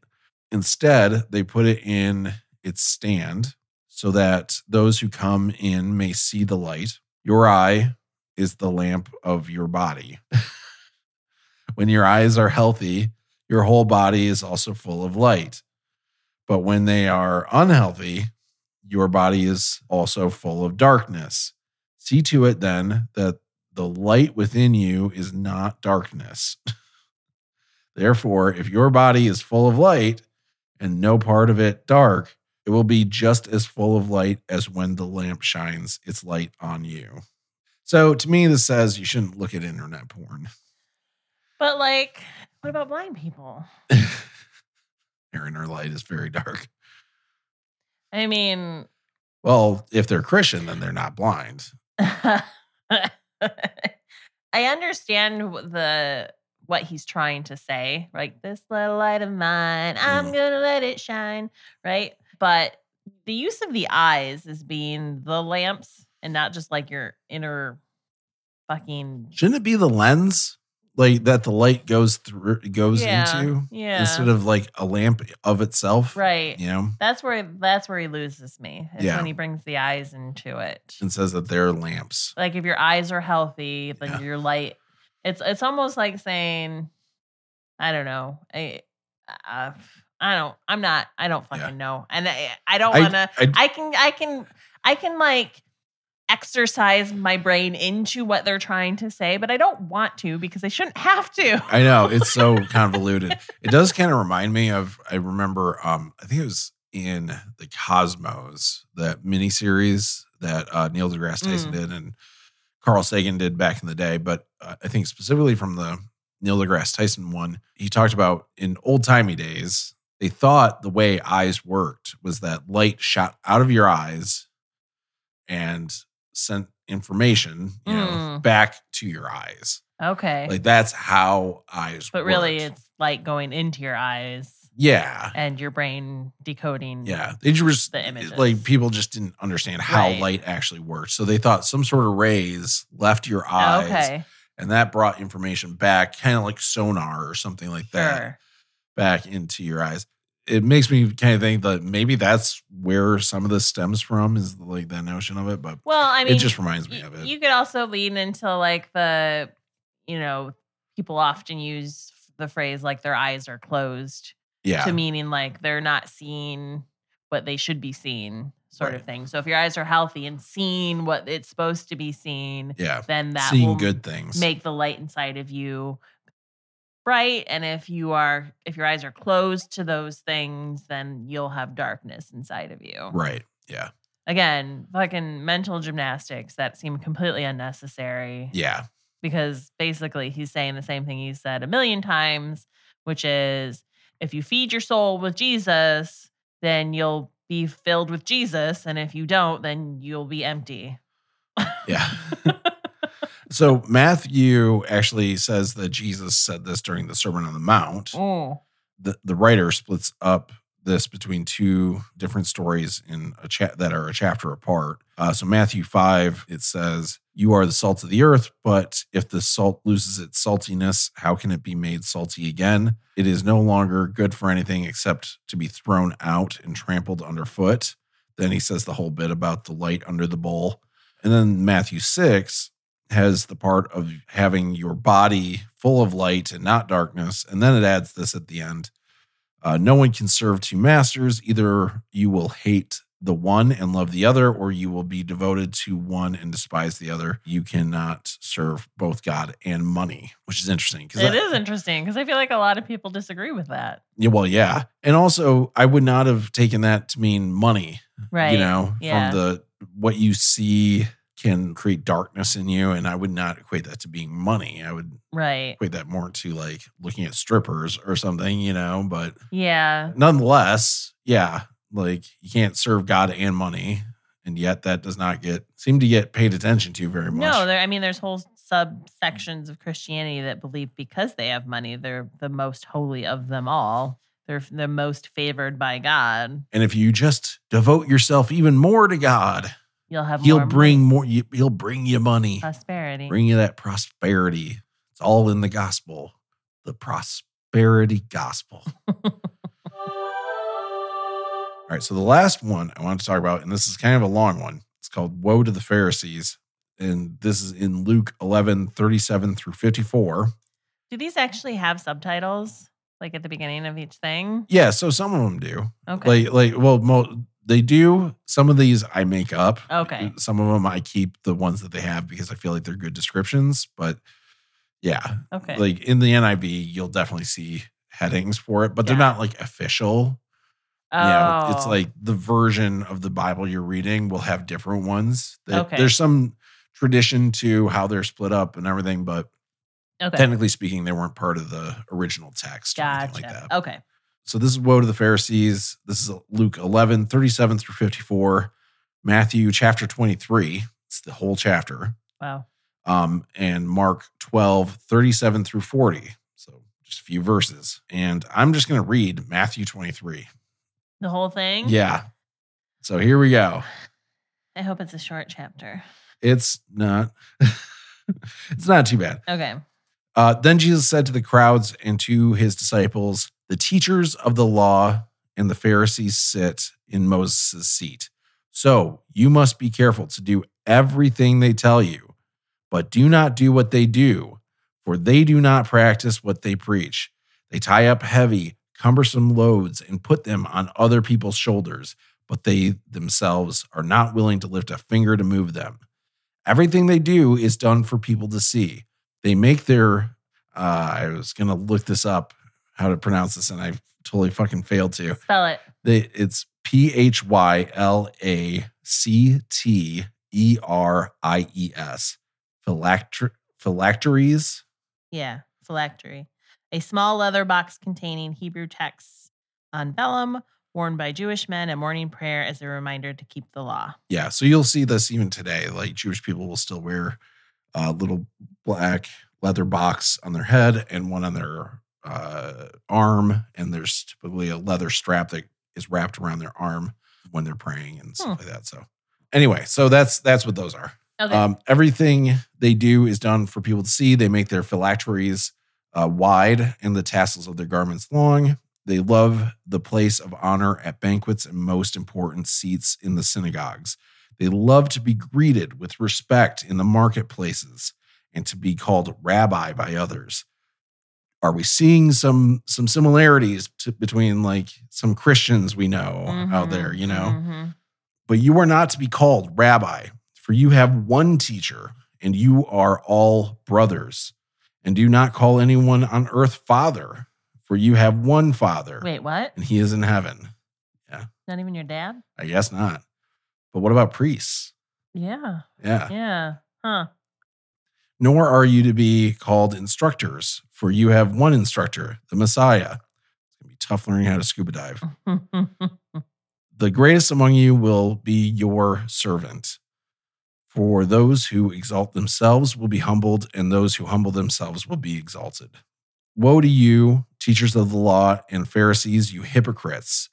Speaker 1: Instead, they put it in its stand so that those who come in may see the light. Your eye is the lamp of your body. when your eyes are healthy, your whole body is also full of light. But when they are unhealthy, your body is also full of darkness. See to it then that the light within you is not darkness. Therefore, if your body is full of light and no part of it dark, it will be just as full of light as when the lamp shines its light on you. So, to me, this says you shouldn't look at internet porn.
Speaker 2: But like, what about blind people?
Speaker 1: Aaron, our light is very dark.
Speaker 2: I mean,
Speaker 1: Well, if they're Christian, then they're not blind.
Speaker 2: I understand wh- the what he's trying to say, like this little light of mine, I'm
Speaker 1: Mm.
Speaker 2: gonna let it shine, right? But the use of the eyes as being the lamps and not just like your inner fucking
Speaker 1: Shouldn't it be the lens like that the light goes through goes
Speaker 2: yeah,
Speaker 1: into
Speaker 2: yeah,
Speaker 1: instead of like a lamp of itself?
Speaker 2: right.
Speaker 1: You know,
Speaker 2: That's where that's where he loses me. Is
Speaker 1: Yeah.
Speaker 2: when he brings the eyes into it.
Speaker 1: and says that they're lamps.
Speaker 2: like if your eyes are healthy then
Speaker 1: Yeah.
Speaker 2: your light it's it's almost like saying i don't know i uh, i don't i'm not i don't
Speaker 1: Yeah.
Speaker 2: fucking know and i i don't
Speaker 1: I-
Speaker 2: want to
Speaker 1: I-
Speaker 2: I can i can i can like exercise my brain into what they're trying to say but i don't want to because i shouldn't have to
Speaker 1: I know it's so convoluted. It does kind of remind me of I remember um I think it was in the Cosmos that miniseries that uh, Neil deGrasse Tyson
Speaker 2: Mm.
Speaker 1: did and Carl Sagan did back in the day, but uh, I think specifically from the Neil deGrasse Tyson one, he talked about in old timey days they thought the way eyes worked was that light shot out of your eyes and sent information you know
Speaker 2: Mm.
Speaker 1: back to your eyes
Speaker 2: okay
Speaker 1: like that's how eyes.
Speaker 2: but really
Speaker 1: worked.
Speaker 2: it's like going into your eyes
Speaker 1: yeah,
Speaker 2: and your brain decoding
Speaker 1: yeah. They just
Speaker 2: Mm, The images.
Speaker 1: like people just didn't understand how
Speaker 2: Right.
Speaker 1: light actually works, so they thought some sort of rays left your eyes,
Speaker 2: okay
Speaker 1: and that brought information back, kind of like sonar or something like that,
Speaker 2: sure
Speaker 1: back into your eyes. It makes me kind of think that maybe that's where some of this stems from, is like that notion of it. But
Speaker 2: well i mean
Speaker 1: it just reminds me
Speaker 2: Y-
Speaker 1: of it.
Speaker 2: You could also lean into like the, you know, people often use the phrase like their eyes are closed
Speaker 1: yeah,
Speaker 2: to meaning like they're not seeing what they should be seeing, sort of
Speaker 1: Right.
Speaker 2: thing. So if your eyes are healthy and seeing what it's supposed to be seen,
Speaker 1: yeah.
Speaker 2: then that
Speaker 1: Seeing
Speaker 2: will
Speaker 1: good things.
Speaker 2: make the light inside of you bright. And if you are, if your eyes are closed to those things, then you'll have darkness inside of you
Speaker 1: right. Yeah.
Speaker 2: again, fucking mental gymnastics that seem completely unnecessary
Speaker 1: Yeah.
Speaker 2: because basically he's saying the same thing he said a million times, which is if you feed your soul with Jesus, then you'll be filled with Jesus. And if you don't, then you'll be empty.
Speaker 1: Yeah. so Matthew actually says that Jesus said this during the Sermon on the Mount.
Speaker 2: Oh,
Speaker 1: The, the writer splits up this between two different stories in a chat that are a chapter apart. Uh, so Matthew five it says, "You are the salt of the earth, but if the salt loses its saltiness, how can it be made salty again? It is no longer good for anything except to be thrown out and trampled underfoot." Then he says the whole bit about the light under the bowl. And then Matthew 6 has the part of having your body full of light and not darkness. And then it adds this at the end uh, No one can serve two masters. Either you will hate the one and love the other, or you will be devoted to one and despise the other. You cannot serve both God and money, which is interesting.
Speaker 2: it is interesting because I feel like a lot of people disagree with that.
Speaker 1: Yeah, well, yeah. And also, I would not have taken that to mean money
Speaker 2: Right.
Speaker 1: you know
Speaker 2: Yeah.
Speaker 1: from the what you see can create darkness in you and i would not equate that to being money i would
Speaker 2: right.
Speaker 1: equate that more to like looking at strippers or something you know but
Speaker 2: Yeah.
Speaker 1: nonetheless yeah like you can't serve god and money and yet that does not get seem to get paid attention to very much
Speaker 2: No, there. I mean, there's whole subsections of Christianity that believe because they have money, they're the most holy of them all. They're They're the most favored by God.
Speaker 1: And if you just devote yourself even more to God,
Speaker 2: You'll have
Speaker 1: He'll
Speaker 2: more
Speaker 1: bring more. you- He'll bring you money.
Speaker 2: prosperity.
Speaker 1: Bring you that prosperity. It's all in the gospel, the prosperity gospel. all right. So the last one I want to talk about, and this is kind of a long one. It's called "Woe to the Pharisees," and this is in Luke eleven thirty-seven through fifty-four.
Speaker 2: Do these actually have subtitles like at the beginning of each thing?
Speaker 1: Yeah. So some of them do.
Speaker 2: Okay.
Speaker 1: Like, like, well, mo- they do. Some of these I make up.
Speaker 2: okay.
Speaker 1: Some of them I keep the ones that they have because I feel like they're good descriptions. But yeah,
Speaker 2: Okay.
Speaker 1: like in the NIV, you'll definitely see headings for it, but they're
Speaker 2: Yeah.
Speaker 1: not like official.
Speaker 2: oh.
Speaker 1: Yeah, it's like the version of the Bible you're reading will have different ones. That-
Speaker 2: Okay.
Speaker 1: There's some tradition to how they're split up and everything, but
Speaker 2: okay.
Speaker 1: technically speaking, they weren't part of the original text or
Speaker 2: gotcha.
Speaker 1: anything like that.
Speaker 2: Okay.
Speaker 1: So this is Woe to the Pharisees. This is Luke 11, 37 through 54, Matthew chapter 23. It's the whole chapter.
Speaker 2: Wow.
Speaker 1: Um, and Mark 12, 37 through 40. So just a few verses. And I'm just going to read Matthew 23.
Speaker 2: The whole thing.
Speaker 1: Yeah. So here we go.
Speaker 2: I hope it's a short chapter.
Speaker 1: It's not. it's not too bad.
Speaker 2: Okay.
Speaker 1: Uh, then Jesus said to the crowds and to his disciples, The teachers of the law and the Pharisees sit in Moses' seat. So you must be careful to do everything they tell you, but do not do what they do, for they do not practice what they preach. They tie up heavy, cumbersome loads and put them on other people's shoulders, but they themselves are not willing to lift a finger to move them. Everything they do is done for people to see they make their uh, I was gonna look this up how to pronounce this and I totally fucking failed to.
Speaker 2: Spell it.
Speaker 1: They it's P H Y L A C T E R I E S. Phylacter- phylacteries.
Speaker 2: Yeah, phylactery. A small leather box containing Hebrew texts on vellum worn by Jewish men at morning prayer as a reminder to keep the law.
Speaker 1: Yeah, so you'll see this even today. Like Jewish people will still wear a little black leather box on their head and one on their uh, arm, and there's typically a leather strap that is wrapped around their arm when they're praying and stuff like that. So, anyway, so that's that's what those are.
Speaker 2: Okay.
Speaker 1: Um, everything they do is done for people to see. They make their phylacteries uh, wide and the tassels of their garments long. They love the place of honor at banquets and most important seats in the synagogues. They love to be greeted with respect in the marketplaces and to be called rabbi by others. Are we seeing some some similarities to, between like some Christians we know out
Speaker 2: Mhm,
Speaker 1: there? You know,
Speaker 2: mhm.
Speaker 1: but you are not to be called rabbi, for you have one teacher, and you are all brothers. And do not call anyone on earth father, for you have one father,
Speaker 2: Wait, what?
Speaker 1: and he is in heaven.
Speaker 2: Not even your dad?
Speaker 1: I guess not. But what about priests?
Speaker 2: Yeah.
Speaker 1: Yeah.
Speaker 2: Yeah. Huh.
Speaker 1: Nor are you to be called instructors, for you have one instructor, the Messiah. It's going to be tough learning how to scuba dive. the greatest among you will be your servant. For those who exalt themselves will be humbled, and those who humble themselves will be exalted. Woe to you, teachers of the law and Pharisees, you hypocrites!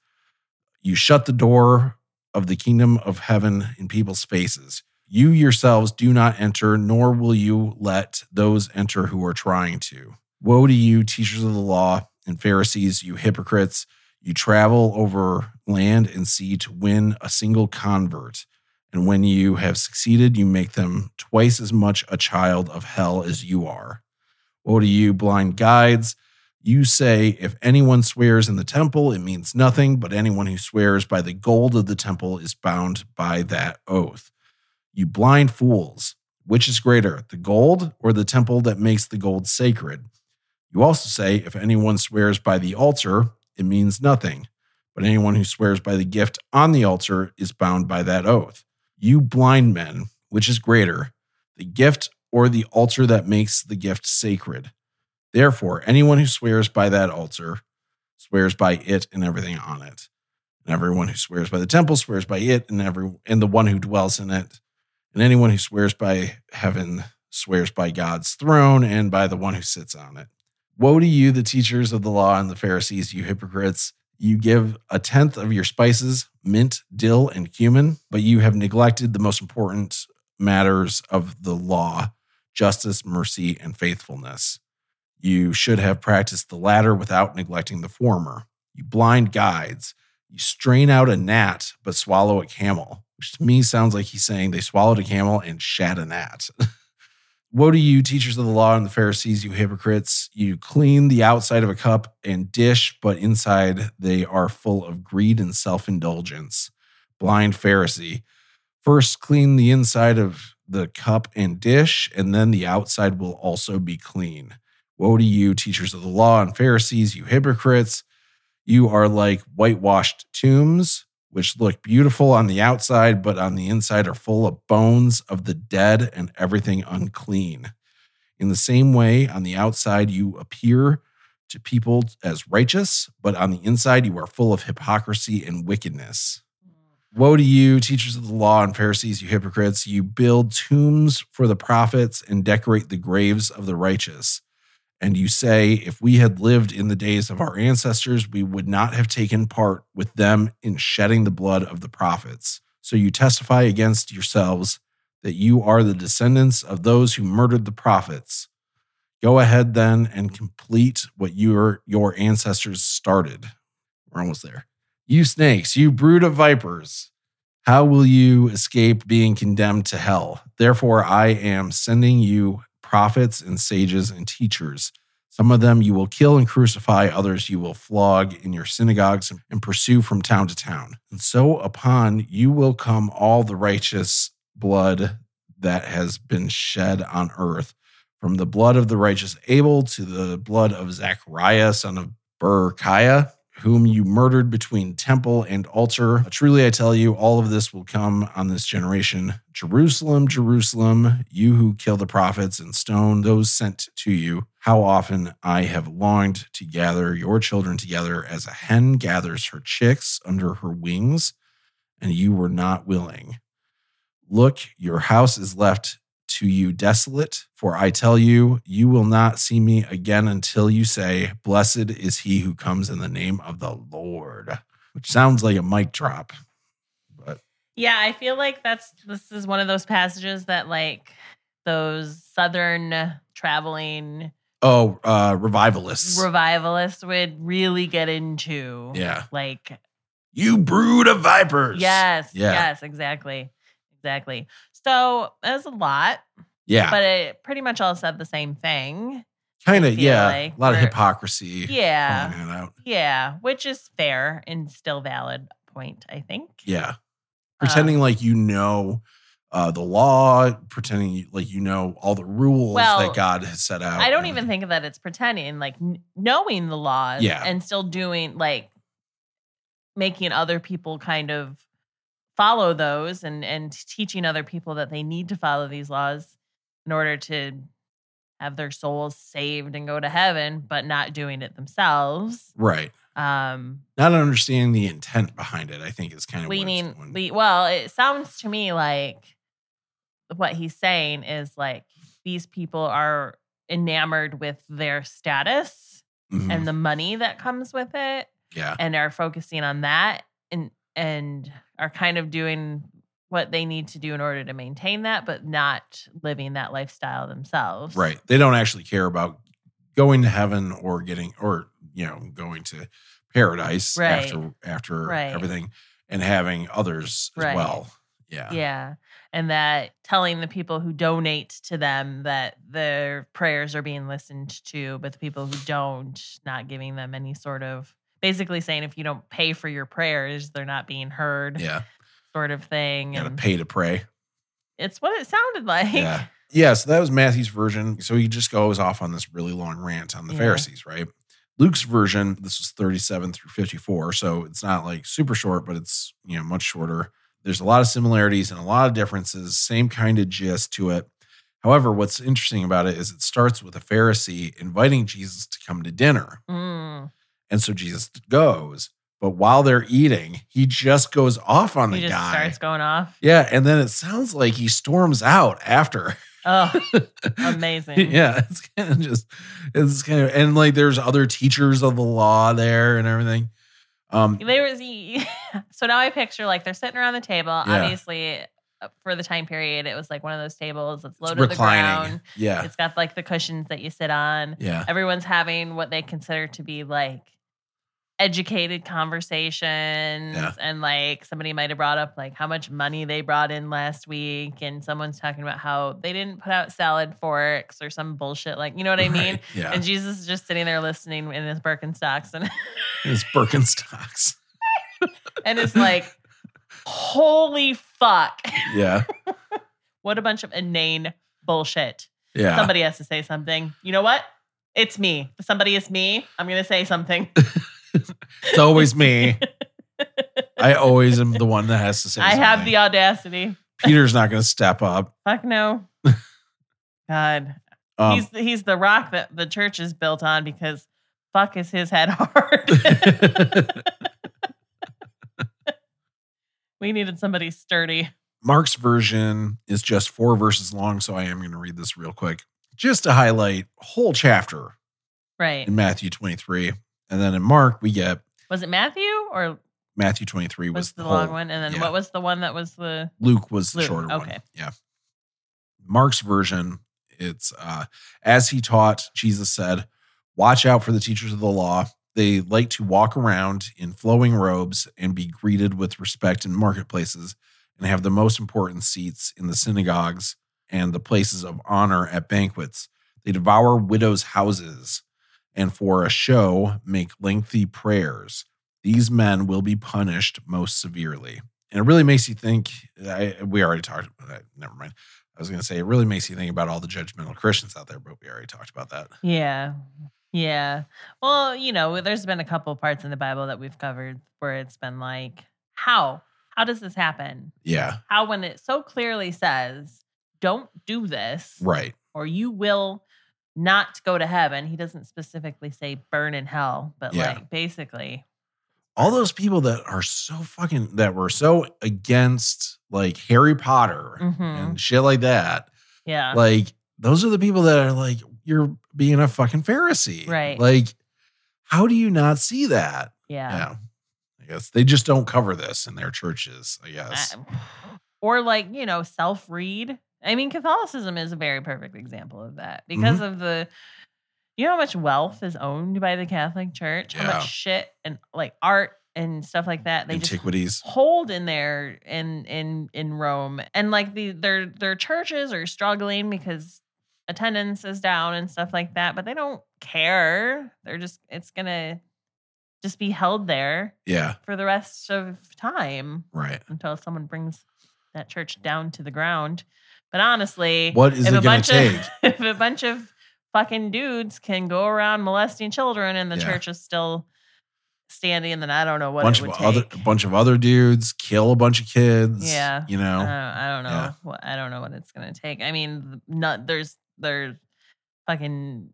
Speaker 1: You shut the door of the kingdom of heaven in people's faces. You yourselves do not enter, nor will you let those enter who are trying to. Woe to you, teachers of the law and Pharisees, you hypocrites! You travel over land and sea to win a single convert. And when you have succeeded, you make them twice as much a child of hell as you are. Woe to you, blind guides! You say, if anyone swears in the temple, it means nothing, but anyone who swears by the gold of the temple is bound by that oath. You blind fools, which is greater, the gold or the temple that makes the gold sacred? You also say, if anyone swears by the altar, it means nothing. But anyone who swears by the gift on the altar is bound by that oath. You blind men, which is greater, the gift or the altar that makes the gift sacred? Therefore, anyone who swears by that altar swears by it and everything on it. And everyone who swears by the temple swears by it and every and the one who dwells in it. And anyone who swears by heaven swears by God's throne and by the one who sits on it. Woe to you, the teachers of the law and the Pharisees, you hypocrites! You give a tenth of your spices, mint, dill, and cumin, but you have neglected the most important matters of the law justice, mercy, and faithfulness. You should have practiced the latter without neglecting the former. You blind guides, you strain out a gnat but swallow a camel, which to me sounds like he's saying they swallowed a camel and shat a gnat. Woe to you, teachers of the law and the Pharisees, you hypocrites! You clean the outside of a cup and dish, but inside they are full of greed and self indulgence. Blind Pharisee, first clean the inside of the cup and dish, and then the outside will also be clean. Woe to you, teachers of the law and Pharisees, you hypocrites! You are like whitewashed tombs, which look beautiful on the outside, but on the inside are full of bones of the dead and everything unclean. In the same way, on the outside, you appear to people as righteous, but on the inside, you are full of hypocrisy and wickedness. Woe to you, teachers of the law and Pharisees, you hypocrites! You build tombs for the prophets and decorate the graves of the righteous. And you say, if we had lived in the days of our ancestors, we would not have taken part with them in shedding the blood of the prophets. So you testify against yourselves that you are the descendants of those who murdered the prophets. Go ahead then and complete what your, your ancestors started. We're almost there. You snakes, you brood of vipers, how will you escape being condemned to hell? Therefore, I am sending you prophets and sages and teachers. Some of them you will kill and crucify, others you will flog in your synagogues and pursue from town to town. And so upon you will come all the righteous blood that has been shed on earth, from the blood of the righteous Abel to the blood of Zachariah, son of Berechiah, whom you murdered between temple and altar. Truly, I tell you, all of this will come on this generation. Jerusalem, Jerusalem, you who kill the prophets and stone those sent to you, how often I have longed to gather your children together as a hen gathers her chicks under her wings, and you were not willing. Look, your house is left to you desolate, for I tell you, you will not see me again until you say, Blessed is he who comes in the name of the Lord, which sounds like a mic drop. But
Speaker 2: Yeah, I feel like that's this is one of those passages that like those southern traveling
Speaker 1: oh, uh, revivalists.
Speaker 2: revivalists would really get into.
Speaker 1: yeah.
Speaker 2: Like
Speaker 1: You brood of vipers.
Speaker 2: yes,
Speaker 1: Yeah.
Speaker 2: yes, exactly. Exactly. So that was a lot,
Speaker 1: Yeah.
Speaker 2: but it pretty much all said the same thing.
Speaker 1: Kind
Speaker 2: I
Speaker 1: of.
Speaker 2: feel
Speaker 1: Yeah. a
Speaker 2: like
Speaker 1: lot of
Speaker 2: we're-
Speaker 1: hypocrisy.
Speaker 2: Yeah.
Speaker 1: calling it out.
Speaker 2: Yeah, which is fair and still valid point, I think.
Speaker 1: Yeah. Pretending like you know uh, the law, pretending you- like you know all the rules
Speaker 2: Well,
Speaker 1: that God has set out.
Speaker 2: I don't
Speaker 1: and-
Speaker 2: even think that it's pretending, like n- knowing the laws
Speaker 1: Yeah.
Speaker 2: and still doing like making other people kind of follow those and and teaching other people that they need to follow these laws in order to have their souls saved and go to heaven, but not doing it themselves.
Speaker 1: Right.
Speaker 2: Um
Speaker 1: not understanding the intent behind it, I think is kind of
Speaker 2: leaning
Speaker 1: What it's doing.
Speaker 2: le- well it sounds to me like what he's saying is like these people are enamored with their status
Speaker 1: Mhm.
Speaker 2: and the money that comes with it
Speaker 1: yeah,
Speaker 2: and are focusing on that and and are kind of doing what they need to do in order to maintain that but not living that lifestyle themselves
Speaker 1: right. They don't actually care about going to heaven or getting or you know going to paradise
Speaker 2: Right.
Speaker 1: after after
Speaker 2: Right.
Speaker 1: everything and having others as
Speaker 2: Right.
Speaker 1: well. Yeah.
Speaker 2: yeah and that telling the people who donate to them that their prayers are being listened to but the people who don't not giving them any sort of basically saying if you don't pay for your prayers they're not being heard
Speaker 1: yeah.
Speaker 2: sort of thing
Speaker 1: Got to
Speaker 2: and
Speaker 1: pay to pray.
Speaker 2: it's what it sounded like
Speaker 1: Yeah. Yeah. So that was Matthew's version. So he just goes off on this really long rant on the
Speaker 2: Yeah.
Speaker 1: Pharisees, right? Luke's version, this was 37 through 54. So it's not like super short, but it's, you know, much shorter. There's a lot of similarities and a lot of differences, same kind of gist to it. However, what's interesting about it is it starts with a Pharisee inviting Jesus to come to dinner.
Speaker 2: Mm.
Speaker 1: And so Jesus goes, but while they're eating, he just goes off on
Speaker 2: he
Speaker 1: the
Speaker 2: just
Speaker 1: guy.
Speaker 2: starts going off
Speaker 1: Yeah, and then it sounds like he storms out after.
Speaker 2: Oh, amazing.
Speaker 1: yeah, it's kind of just it's kind of and like there's other teachers of the law there and everything. Um,
Speaker 2: They were so now I picture like they're sitting around the table.
Speaker 1: Yeah.
Speaker 2: Obviously, uh, for the time period, it was like one of those tables that's
Speaker 1: it's
Speaker 2: low to the
Speaker 1: reclining.
Speaker 2: ground.
Speaker 1: Yeah,
Speaker 2: It's got like the cushions that you sit on.
Speaker 1: yeah,
Speaker 2: Everyone's having what they consider to be like educated conversations
Speaker 1: Yeah.
Speaker 2: and like somebody might have brought up like how much money they brought in last week and someone's talking about how they didn't put out salad forks or some bullshit like you know what I
Speaker 1: Right,
Speaker 2: mean
Speaker 1: Yeah,
Speaker 2: and Jesus is just sitting there listening in his Birkenstocks and
Speaker 1: it's Birkenstocks.
Speaker 2: and it's like, holy fuck.
Speaker 1: Yeah,
Speaker 2: What a bunch of inane bullshit.
Speaker 1: yeah.
Speaker 2: Somebody has to say something. You know what? It's me. Somebody is me. I'm going to say something.
Speaker 1: It's always me. I always am the one that has to say.
Speaker 2: I have
Speaker 1: something.
Speaker 2: the audacity.
Speaker 1: Peter's not going to step up.
Speaker 2: Fuck no. God.
Speaker 1: Um,
Speaker 2: he's, he's the rock that the church is built on because fuck is his head hard. we needed somebody sturdy.
Speaker 1: Mark's version is just four verses long, so I am going to read this real quick, just to highlight whole chapter
Speaker 2: Right.
Speaker 1: in Matthew 23, and then in Mark we get
Speaker 2: Was it Matthew or
Speaker 1: Matthew 23 was,
Speaker 2: was the long
Speaker 1: whole.
Speaker 2: one? And then
Speaker 1: yeah.
Speaker 2: what was the one that was the.
Speaker 1: Luke was the
Speaker 2: Luke,
Speaker 1: shorter one.
Speaker 2: okay.
Speaker 1: Yeah. Mark's version, it's uh, as he taught, Jesus said, Watch out for the teachers of the law. They like to walk around in flowing robes and be greeted with respect in marketplaces and have the most important seats in the synagogues and the places of honor at banquets. They devour widows' houses and for a show make lengthy prayers. These men will be punished most severely and it really makes you think. I, we already talked. About that. Never mind. I was going to say it really makes you think about all the judgmental Christians out there, but we already talked about that.
Speaker 2: Yeah. Yeah. Well, you know, there's been a couple parts in the Bible that we've covered where it's been like, how? How does this happen?
Speaker 1: Yeah,
Speaker 2: How, when it so clearly says, don't do this
Speaker 1: right.
Speaker 2: or you will not go to heaven, he doesn't specifically say burn in hell, but
Speaker 1: Yeah.
Speaker 2: like basically,
Speaker 1: All those people that are so fucking that were so against like Harry Potter
Speaker 2: Mhm.
Speaker 1: and shit like that.
Speaker 2: yeah.
Speaker 1: Like those are the people that are like you're being a fucking Pharisee,
Speaker 2: Right.
Speaker 1: Like, how do you not see that?
Speaker 2: yeah.
Speaker 1: Yeah. I guess they just don't cover this in their churches. I
Speaker 2: I-
Speaker 1: guess.
Speaker 2: or like you know self read i mean catholicism is a very perfect example of that because
Speaker 1: Mm-hmm.
Speaker 2: of the you know how much wealth is owned by the catholic church how
Speaker 1: Yeah.
Speaker 2: much shit and like art and stuff like that they just
Speaker 1: Antiquities.
Speaker 2: hold in there in in in rome and like the their their churches are struggling because attendance is down and stuff like that but they don't care they're just it's gonna just be held there
Speaker 1: yeah.
Speaker 2: for the rest of time
Speaker 1: Right.
Speaker 2: until someone brings that church down to the ground. But honestly,
Speaker 1: What is
Speaker 2: if
Speaker 1: it
Speaker 2: a
Speaker 1: going
Speaker 2: bunch
Speaker 1: to take?
Speaker 2: of if a bunch of fucking dudes can go around molesting children and the
Speaker 1: Yeah.
Speaker 2: church is still standing, then I don't know what
Speaker 1: bunch
Speaker 2: it
Speaker 1: of
Speaker 2: would
Speaker 1: other
Speaker 2: take.
Speaker 1: a bunch of other dudes kill a bunch of kids.
Speaker 2: Yeah. Uh-huh.
Speaker 1: you
Speaker 2: I
Speaker 1: know.
Speaker 2: don't, I don't know.
Speaker 1: Yeah.
Speaker 2: What, I don't know what it's gonna take. I mean, not there's there's fucking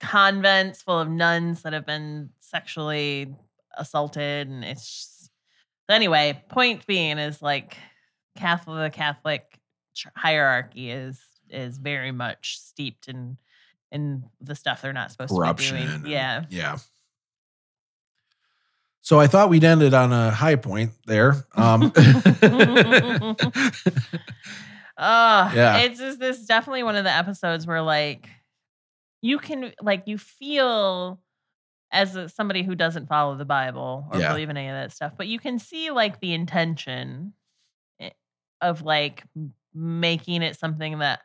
Speaker 2: convents full of nuns that have been sexually assaulted, and it's just, anyway. Point being is like Catholic the Catholic ch- hierarchy is is very much steeped in in the stuff they're not supposed
Speaker 1: corruption.
Speaker 2: to be
Speaker 1: and-
Speaker 2: doing. Yeah,
Speaker 1: yeah. So I thought we'd end it on a high point there. Um,
Speaker 2: Oh,
Speaker 1: Yeah.
Speaker 2: It's just this is definitely one of the episodes where like you can like you feel as a, somebody who doesn't follow the Bible or
Speaker 1: Yeah.
Speaker 2: believe in any of that stuff, but you can see like the intention i- of like m- making it something that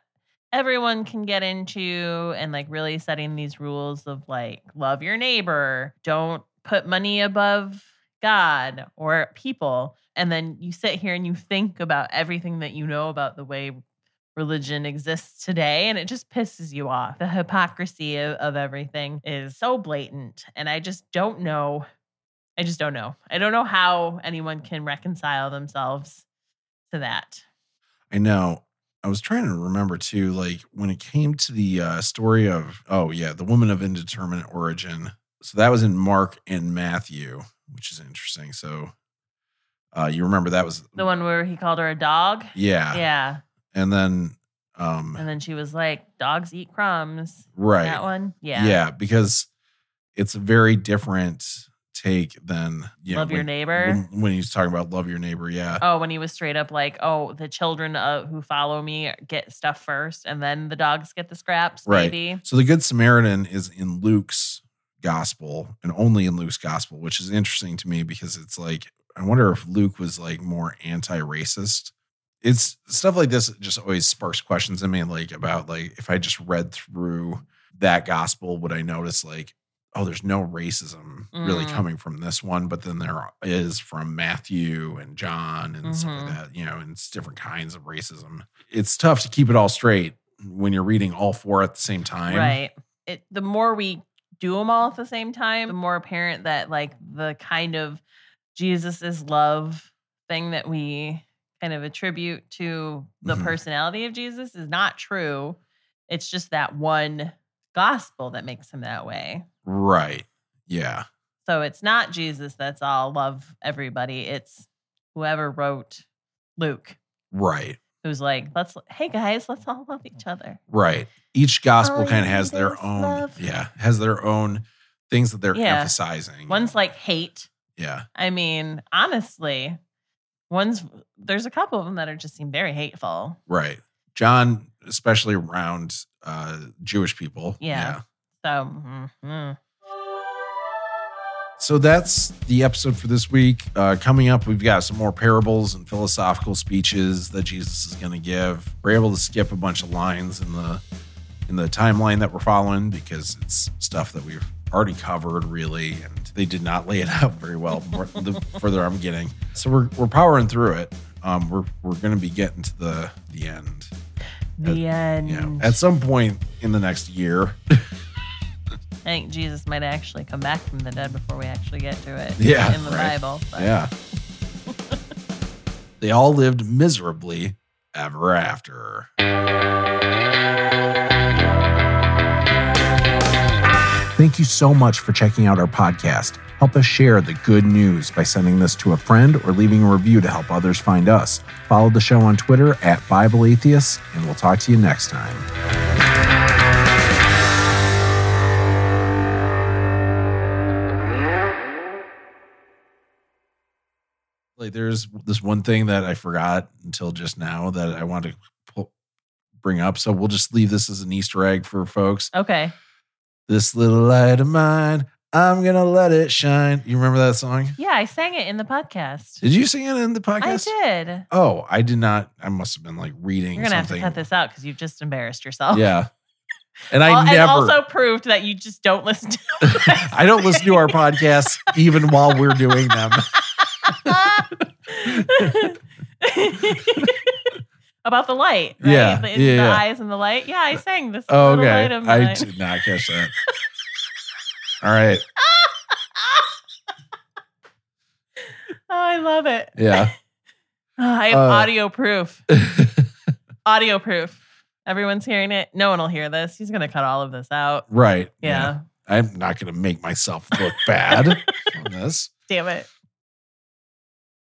Speaker 2: everyone can get into and like really setting these rules of like love your neighbor, don't put money above God or people. And then you sit here and you think about everything that you know about the way religion exists today. And it just pisses you off. The hypocrisy of, of everything is so blatant. And I just don't know. I just don't know. I don't know how
Speaker 1: Mm.
Speaker 2: anyone can reconcile themselves to that.
Speaker 1: I know. I was trying to remember too, like when it came to the uh, story of oh yeah, the woman of indeterminate origin. So that was in Mark and Matthew, which is interesting. So uh, you remember that was Ah.
Speaker 2: The one where he called her a dog.
Speaker 1: yeah,
Speaker 2: Yeah.
Speaker 1: and then Um,
Speaker 2: And then she was like, dogs eat crumbs.
Speaker 1: right.
Speaker 2: That one? Yeah.
Speaker 1: Yeah. because it's a very different take than you know,
Speaker 2: Love your
Speaker 1: when-
Speaker 2: neighbor.
Speaker 1: When, when he's talking about love your neighbor, yeah.
Speaker 2: Oh, when he was straight up like, oh, the children uh, who follow me get stuff first, and then the dogs get the scraps,
Speaker 1: Right.
Speaker 2: maybe.
Speaker 1: So the Good Samaritan is in Luke's gospel and only in Luke's gospel, which is interesting to me because it's like I wonder if Luke was like more anti-racist. It's stuff like this just always sparks questions in me, like about like if I just read through that gospel, would I notice like, oh, there's no racism really
Speaker 2: Mm.
Speaker 1: coming from this one, but then there is from Matthew and John and stuff like that, you know, and it's different kinds of racism. It's tough to keep it all straight when you're reading all four at the same time.
Speaker 2: Right. It, the more we do them all at the same time, the more apparent that, like, the kind of Jesus's love thing that we kind of attribute to the
Speaker 1: Mhm.
Speaker 2: personality of Jesus is not true. It's just that one gospel that makes him that way.
Speaker 1: Right. Yeah.
Speaker 2: So it's not Jesus that's all love everybody. It's whoever wrote Luke,
Speaker 1: Right.
Speaker 2: who's like, let's hey guys, let's all love each other.
Speaker 1: Right. Each gospel
Speaker 2: All
Speaker 1: kind of
Speaker 2: Oh, you
Speaker 1: has
Speaker 2: need
Speaker 1: their
Speaker 2: is
Speaker 1: own
Speaker 2: love.
Speaker 1: yeah, has their own things that they're
Speaker 2: Yeah.
Speaker 1: emphasizing.
Speaker 2: One's like hate.
Speaker 1: yeah.
Speaker 2: I mean, honestly, one's there's a couple of them that are just seem very hateful.
Speaker 1: Right. John especially around uh Jewish people.
Speaker 2: Yeah. So mm, mm.
Speaker 1: So that's the episode for this week. Uh, coming up, we've got some more parables and philosophical speeches that Jesus is going to give. We're able to skip a bunch of lines in the in the timeline that we're following because it's stuff that we've already covered, really, and they did not lay it out very well. more- the further I'm getting, so we're we're powering through it. Um, we're we're going to be getting to the the end.
Speaker 2: the end.
Speaker 1: Yeah, at some point in the next year.
Speaker 2: I think Jesus might actually come back from the dead before we actually get to it.
Speaker 1: Yeah,
Speaker 2: In the
Speaker 1: right.
Speaker 2: Bible. but-
Speaker 1: Yeah. they all lived miserably ever after. Thank you so much for checking out our podcast. Help us share the good news by sending this to a friend or leaving a review to help others find us. Follow the show on Twitter at Bible Atheists, and we'll talk to you next time. like there's this one thing that I forgot until just now that I want to pull, bring up. So we'll just leave this as an Easter egg for folks.
Speaker 2: Okay.
Speaker 1: This little light of mine, I'm gonna let it shine. You remember that song?
Speaker 2: Yeah, I sang it in the podcast.
Speaker 1: Did you sing it in the
Speaker 2: I
Speaker 1: podcast?
Speaker 2: did.
Speaker 1: Oh, I did not. I must have been like reading
Speaker 2: You're gonna have to
Speaker 1: something.
Speaker 2: cut this out because you've just embarrassed yourself.
Speaker 1: Yeah, and I
Speaker 2: Al- and
Speaker 1: never.
Speaker 2: also proved that you just don't listen to
Speaker 1: I don't listen to our podcasts even while we're doing them.
Speaker 2: About the light, right?
Speaker 1: Yeah,
Speaker 2: the,
Speaker 1: yeah,
Speaker 2: the
Speaker 1: yeah.
Speaker 2: eyes and the light. Yeah, I sang this.
Speaker 1: Oh,
Speaker 2: little
Speaker 1: okay,
Speaker 2: light of
Speaker 1: I
Speaker 2: mine.
Speaker 1: did not catch that. All right.
Speaker 2: Oh, I love it.
Speaker 1: Yeah.
Speaker 2: Oh, I have
Speaker 1: Uh,
Speaker 2: audio proof. Audio proof. Everyone's hearing it. No one will hear this. He's gonna cut all of this out.
Speaker 1: right.
Speaker 2: Yeah.
Speaker 1: I'm not going to make myself look bad on this.
Speaker 2: Damn it.